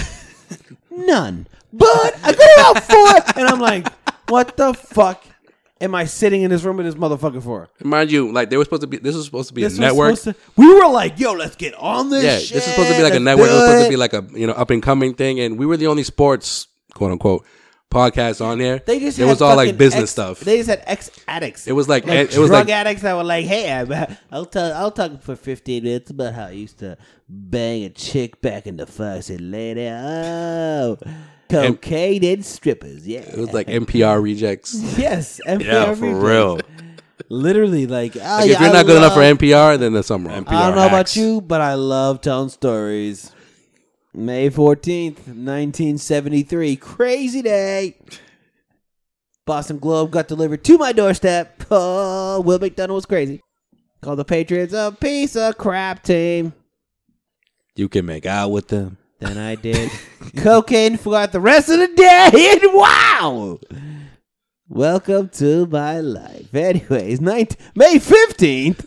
S8: none. But I got about four, and I'm like, what the fuck am I sitting in this room with this motherfucker for?
S9: Mind you, like they were supposed to be. This was supposed to be
S8: This
S9: a
S8: was
S9: network.
S8: supposed to- we were like, yo, let's get on this.
S9: yeah,
S8: shit.
S9: this is supposed to be like a
S8: let's
S9: network. It
S8: do
S9: was supposed
S8: it.
S9: to be like a you know up and coming thing, and we were the only sports quote unquote podcast on there.
S8: They just
S9: it
S8: had
S9: was all like
S8: fucking
S9: business
S8: ex-
S9: stuff.
S8: They just had ex addicts.
S9: It was like- it- it was
S8: drug
S9: like-
S8: addicts that were like, "Hey, I, I'll tell, I'll talk for fifteen minutes about how I used to bang a chick back in the Foxy later. Oh, cocaine and strippers. Yeah,
S9: it was like NPR rejects.
S8: [LAUGHS] yes, NPR
S5: Yeah, for
S8: replays.
S5: real.
S8: Literally, like, oh,
S9: Like,
S8: yeah,
S9: if you're
S8: I
S9: not good enough for
S8: love-
S9: NPR, then there's something wrong.
S8: I don't know about you, but I love telling stories. May 14th, 1973. Crazy day. Boston Globe got delivered to my doorstep. [LAUGHS] Oh, Will McDonald was crazy. Called the Patriots a piece of crap team.
S5: You can make out with them.
S8: Then I did. [LAUGHS] Cocaine throughout the rest of the day. [LAUGHS] Wow. Welcome to my life. Anyways, 19- May 15th.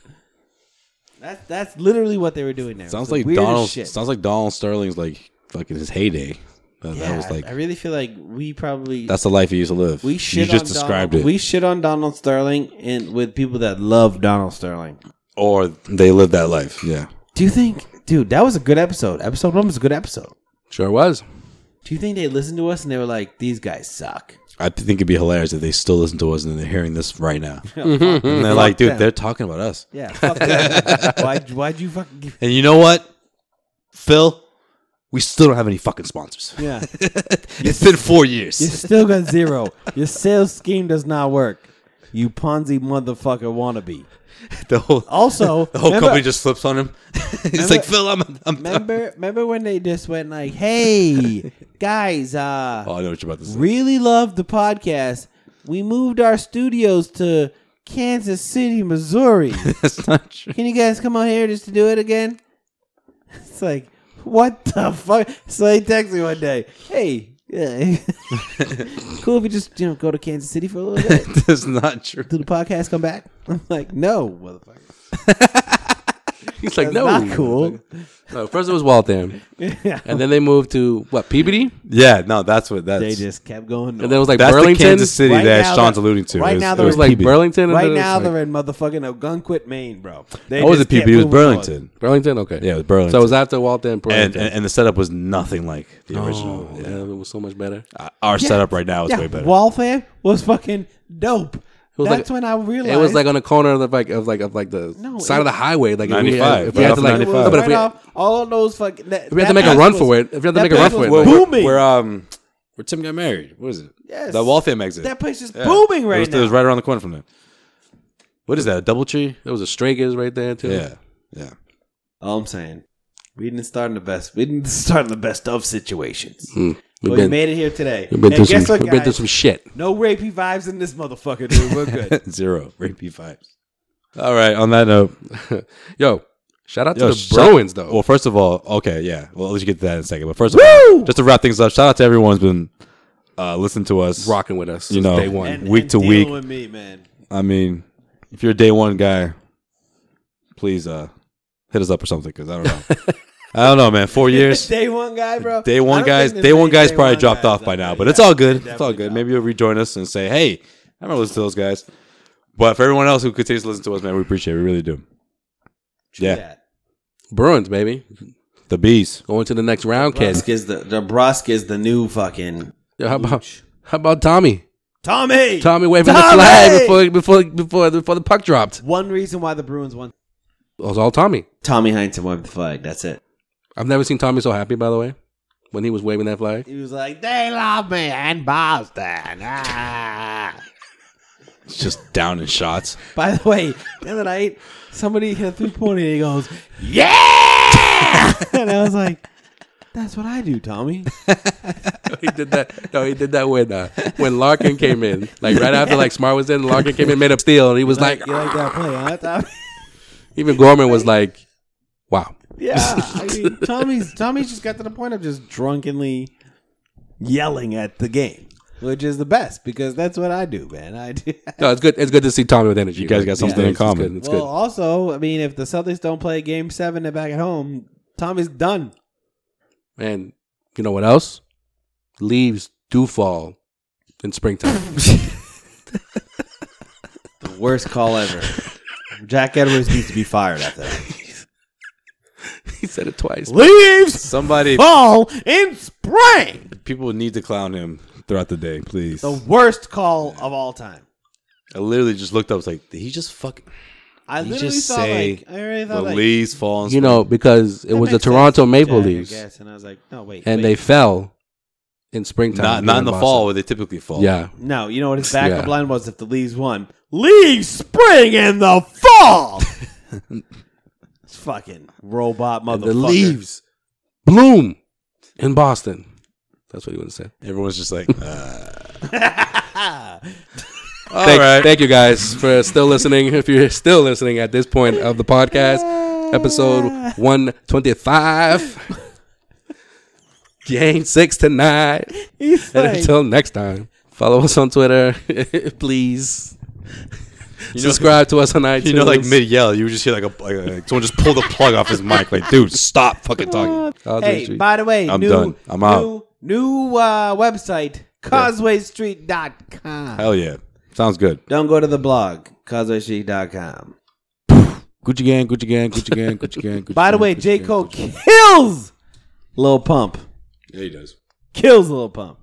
S8: That's, that's literally what they were doing there.
S5: Sounds
S8: It was
S5: like
S8: the weirdest
S5: Donald.
S8: shit.
S5: Sounds like Donald Sterling's like fucking his heyday. That, that was
S8: Yeah,
S5: like
S8: I really feel like we probably
S5: that's the life he used to live.
S8: we
S5: you
S8: shit
S5: just
S8: on
S5: described it.
S8: Donald, We shit on Donald Sterling and with people that love Donald Sterling.
S5: or they lived that life. Yeah.
S8: Do you think, dude, that was a good episode? Episode one was a good episode.
S9: Sure was.
S8: Do you think they listened to us and they were like, "These guys suck"?
S5: I think it'd be hilarious if they still listen to us and they're hearing this right now.
S8: Mhm.
S9: Mm-hmm.
S5: And they're
S8: [LAUGHS] Fuck
S5: like, dude,
S8: them.
S5: they're talking about us.
S8: Yeah, fuck that. Why'd- why'd you fucking give-
S5: And you know what, Phil? We still don't have any fucking sponsors.
S8: [LAUGHS] Yeah.
S5: it's been four years.
S8: You still got zero. Your sales scheme does not work. You Ponzi motherfucker wannabe.
S5: The whole
S8: also
S5: the whole
S8: remember-
S5: company Oh, just flips on him. [LAUGHS] He's like, Phil, I'm, I'm
S8: remember, remember when they just went like, "Hey guys, uh,
S5: [LAUGHS] Oh, I know what you're about to [LAUGHS] say.
S8: really love the podcast. We moved our studios to Kansas City, Missouri.
S3: That's not true.
S8: Can you guys come out here just to do it again?" [LAUGHS] It's like, what the fuck? So they text me one day, "Hey, yeah, [LAUGHS] cool if you just you know go to Kansas City for a little bit." [LAUGHS]
S5: That's not true.
S8: Do the podcast come back? I'm like, no, motherfucker.
S9: [LAUGHS] He's like,
S8: That's
S9: no,
S8: not cool.
S9: No, first it was Waltham,
S8: Yeah.
S9: and then they moved to what Peabody.
S5: Yeah, no, that's what that's.
S8: They just kept going.
S9: And then it was like
S5: That's the
S9: Burlington,
S5: Kansas City Right that now Sean's
S8: they're- alluding to. right It was- now it they're was in
S9: like
S8: Peabody.
S9: Burlington. and
S8: Right
S9: then it's
S8: now
S9: like-
S8: they're in motherfucking Ogunquit, Maine, bro. They
S5: I was
S8: just
S5: at
S8: kept
S5: PB. It was
S8: moving on.
S5: Burlington.
S9: Burlington. Okay.
S5: Yeah, it was Burlington.
S9: So it was after Waltham, Burlington.
S5: And, and, and the setup was nothing like the
S9: Oh,
S5: original. Yeah. Uh,
S9: yeah, it was so much better.
S5: Our
S8: Yeah.
S5: setup right now is
S8: yeah,
S5: way better.
S8: Waltham was fucking dope.
S9: was
S8: That's when
S9: like-
S8: I realized
S9: It was like on the corner of the like of like of like the side
S8: it-
S9: of the highway, like if we had-
S5: 95,
S9: If we
S5: right
S9: had
S5: off
S9: to like,
S5: 95.
S9: no, but if
S8: right
S9: we,
S8: off all of those fucking. That,
S9: if we had
S8: that
S9: to make a
S8: place
S9: run
S8: was-
S9: for it, if we had to
S8: that
S9: make a
S8: place
S9: run for
S8: was
S9: it,
S5: Where-
S9: like,
S5: where-
S8: booming.
S5: Where um, where Tim got married? What is it?
S8: Yes.
S5: the Waltham exit.
S8: That place is
S5: Yeah.
S8: booming
S5: it
S8: right
S5: was,
S8: now.
S5: It was right around the corner from there. What is that? A double tree?
S9: there was a Strager's right there too.
S5: Yeah, yeah.
S8: All I'm saying, we didn't start in the best. We didn't [LAUGHS] start in the best of situations.
S9: Mm.
S8: But
S9: We've
S8: we
S9: been-
S8: made it here today.
S9: we've been
S8: And
S9: through
S8: guess
S9: some-
S8: what,
S9: we've been through
S8: guys?
S9: some shit.
S8: No rapey vibes in this motherfucker, dude. We're
S9: [LAUGHS]
S5: [LAUGHS]
S8: good.
S5: Zero rapey vibes. All right. On that note,
S9: yo, shout out
S5: Yo,
S9: to the
S5: shout-
S9: Bruins though.
S5: Well, first of all, okay, yeah. Well, let's get to that in a second. But first of all, just to wrap things up, shout out to everyone who's been uh, listening to us,
S9: Rocking with us
S5: You
S9: since
S5: know,
S9: day one.
S8: And-
S5: week
S8: and
S5: to
S8: dealing
S5: week.
S8: with me, man.
S5: I mean, if you're a day one guy, please uh, hit us up or something because I don't
S9: [LAUGHS]
S5: know. I don't know, man. Four years.
S8: [LAUGHS] Day one guy, bro.
S5: Day
S8: I
S5: one
S8: don't
S5: guys,
S8: think there's
S5: day one
S8: many
S5: guys
S8: day
S5: probably
S8: one
S5: dropped
S8: guys
S5: off by
S8: out
S5: now,
S8: there.
S5: but
S8: Yeah,
S5: it's all good.
S8: they
S5: It's all
S8: definitely
S5: good. Maybe you'll rejoin us and say, "Hey, I remember listening to those guys." But for everyone else who continues to listen to us, man, we appreciate it. We really do. Yeah,
S8: that.
S9: Bruins, baby,
S5: the bees.
S9: going to the next round, kid.
S8: Brusque is the, the Brusque is the new fucking
S9: Yo, how about how about Tommy?
S8: Tommy.
S9: Tommy waving the
S8: Tommy!
S9: flag before before before before the puck dropped.
S8: One reason why the Bruins won.
S9: It was oh, all Tommy.
S8: Tommy Heinsohn waved the flag. That's it.
S9: I've never seen Tommy so happy. By the way, when he was waving that flag,
S8: He was like, "They love me and Boston." Ah.
S5: It's just down in shots.
S8: By the way, the other night somebody hit a three pointer and he goes, "Yeah!" and I was like, "That's what I do, Tommy."
S9: he did that. [LAUGHS] No, he did that when uh, when Larkin came in, like right after like Smart was in. Larkin came in, made a steal, and he was like,
S8: you like that play, huh, Tommy? [LAUGHS]
S9: even Gorman was like, "Wow,
S8: Yeah, I mean, Tommy's Tommy's just got to the point of just drunkenly yelling at the game, which is the best because that's what I do, man. I do.
S9: no, Uh, it's good. It's good to see Tommy with
S5: [LAUGHS]
S9: energy.
S5: You guys got something in
S9: it's- it's
S5: common.
S9: good, It's
S8: well,
S9: good.
S8: also, I mean, if the Celtics don't play Game Seven, they're back at home. Tommy's done.
S9: And you know what else? Leaves do fall in
S8: [LAUGHS]
S9: springtime.
S8: The worst call ever. Jack Edwards needs to be fired after that.
S9: [LAUGHS] he said it twice.
S8: Leaves
S5: Somebody,
S8: fall in spring.
S5: people need to clown him throughout the day, please.
S8: The worst call of all time.
S5: I literally just looked up. I was like, did he just fucking?
S8: I
S5: Did he
S8: literally
S5: just
S8: thought
S5: say
S8: like I already
S5: the
S8: thought like
S5: leaves falling?
S9: You know, because it
S8: That
S9: was the
S8: makes sense
S9: Toronto
S8: for
S9: Maple
S8: Jack, I
S9: Leaves,
S8: guess, and I was like, no, wait,
S9: and
S8: wait.
S9: they fell in springtime.
S5: not not in the
S9: Boston.
S5: fall where they typically fall.
S9: Yeah,
S8: No, you know what his backup
S9: Yeah.
S8: line was if the Leaves won? Leaves spring and the
S5: [LAUGHS]
S8: fall. it's fucking robot motherfucker.
S9: And the leaves bloom in Boston. That's what he would have said.
S5: everyone's just like, uh, all
S9: Thank,
S5: right.
S9: thank you guys for still listening. If you're still listening at this point of the podcast, episode 125, game six tonight.
S8: He's
S9: And
S8: like-
S9: until next time, follow us on Twitter, [LAUGHS] please.
S5: You know-
S9: Subscribe to us on iTunes.
S5: [LAUGHS] You know, like mid yell, you would just hear like a like, like someone just pull the plug off his mic. Like, dude, stop fucking talking.
S8: hey, by the way,
S5: I'm
S8: new,
S5: done. I'm out.
S8: New, new uh, website, causewaystreet.com.
S5: Hell yeah, sounds good.
S8: Don't go to the blog, causewaystreet.com.
S5: Gucci gang, Gucci gang, Gucci gang, Gucci gang. Gucci
S8: By the
S5: gang,
S8: way,
S5: Gucci
S8: J.
S5: gang,
S8: Cole
S5: Gucci gang.
S8: kills Lil Pump.
S5: Yeah, he does.
S8: Kills Lil Pump.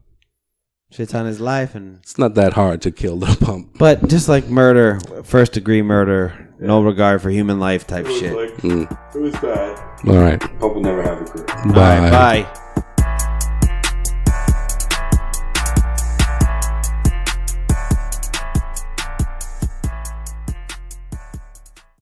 S8: Shit's on his life and
S9: It's not that hard to kill the pump.
S8: But just like murder, first degree murder, no regard for human life type shit.
S9: Mm.
S5: Hmm.
S1: It was bad.
S9: All right.
S1: Hope we'll never have a career.
S9: Bye.
S8: Bye.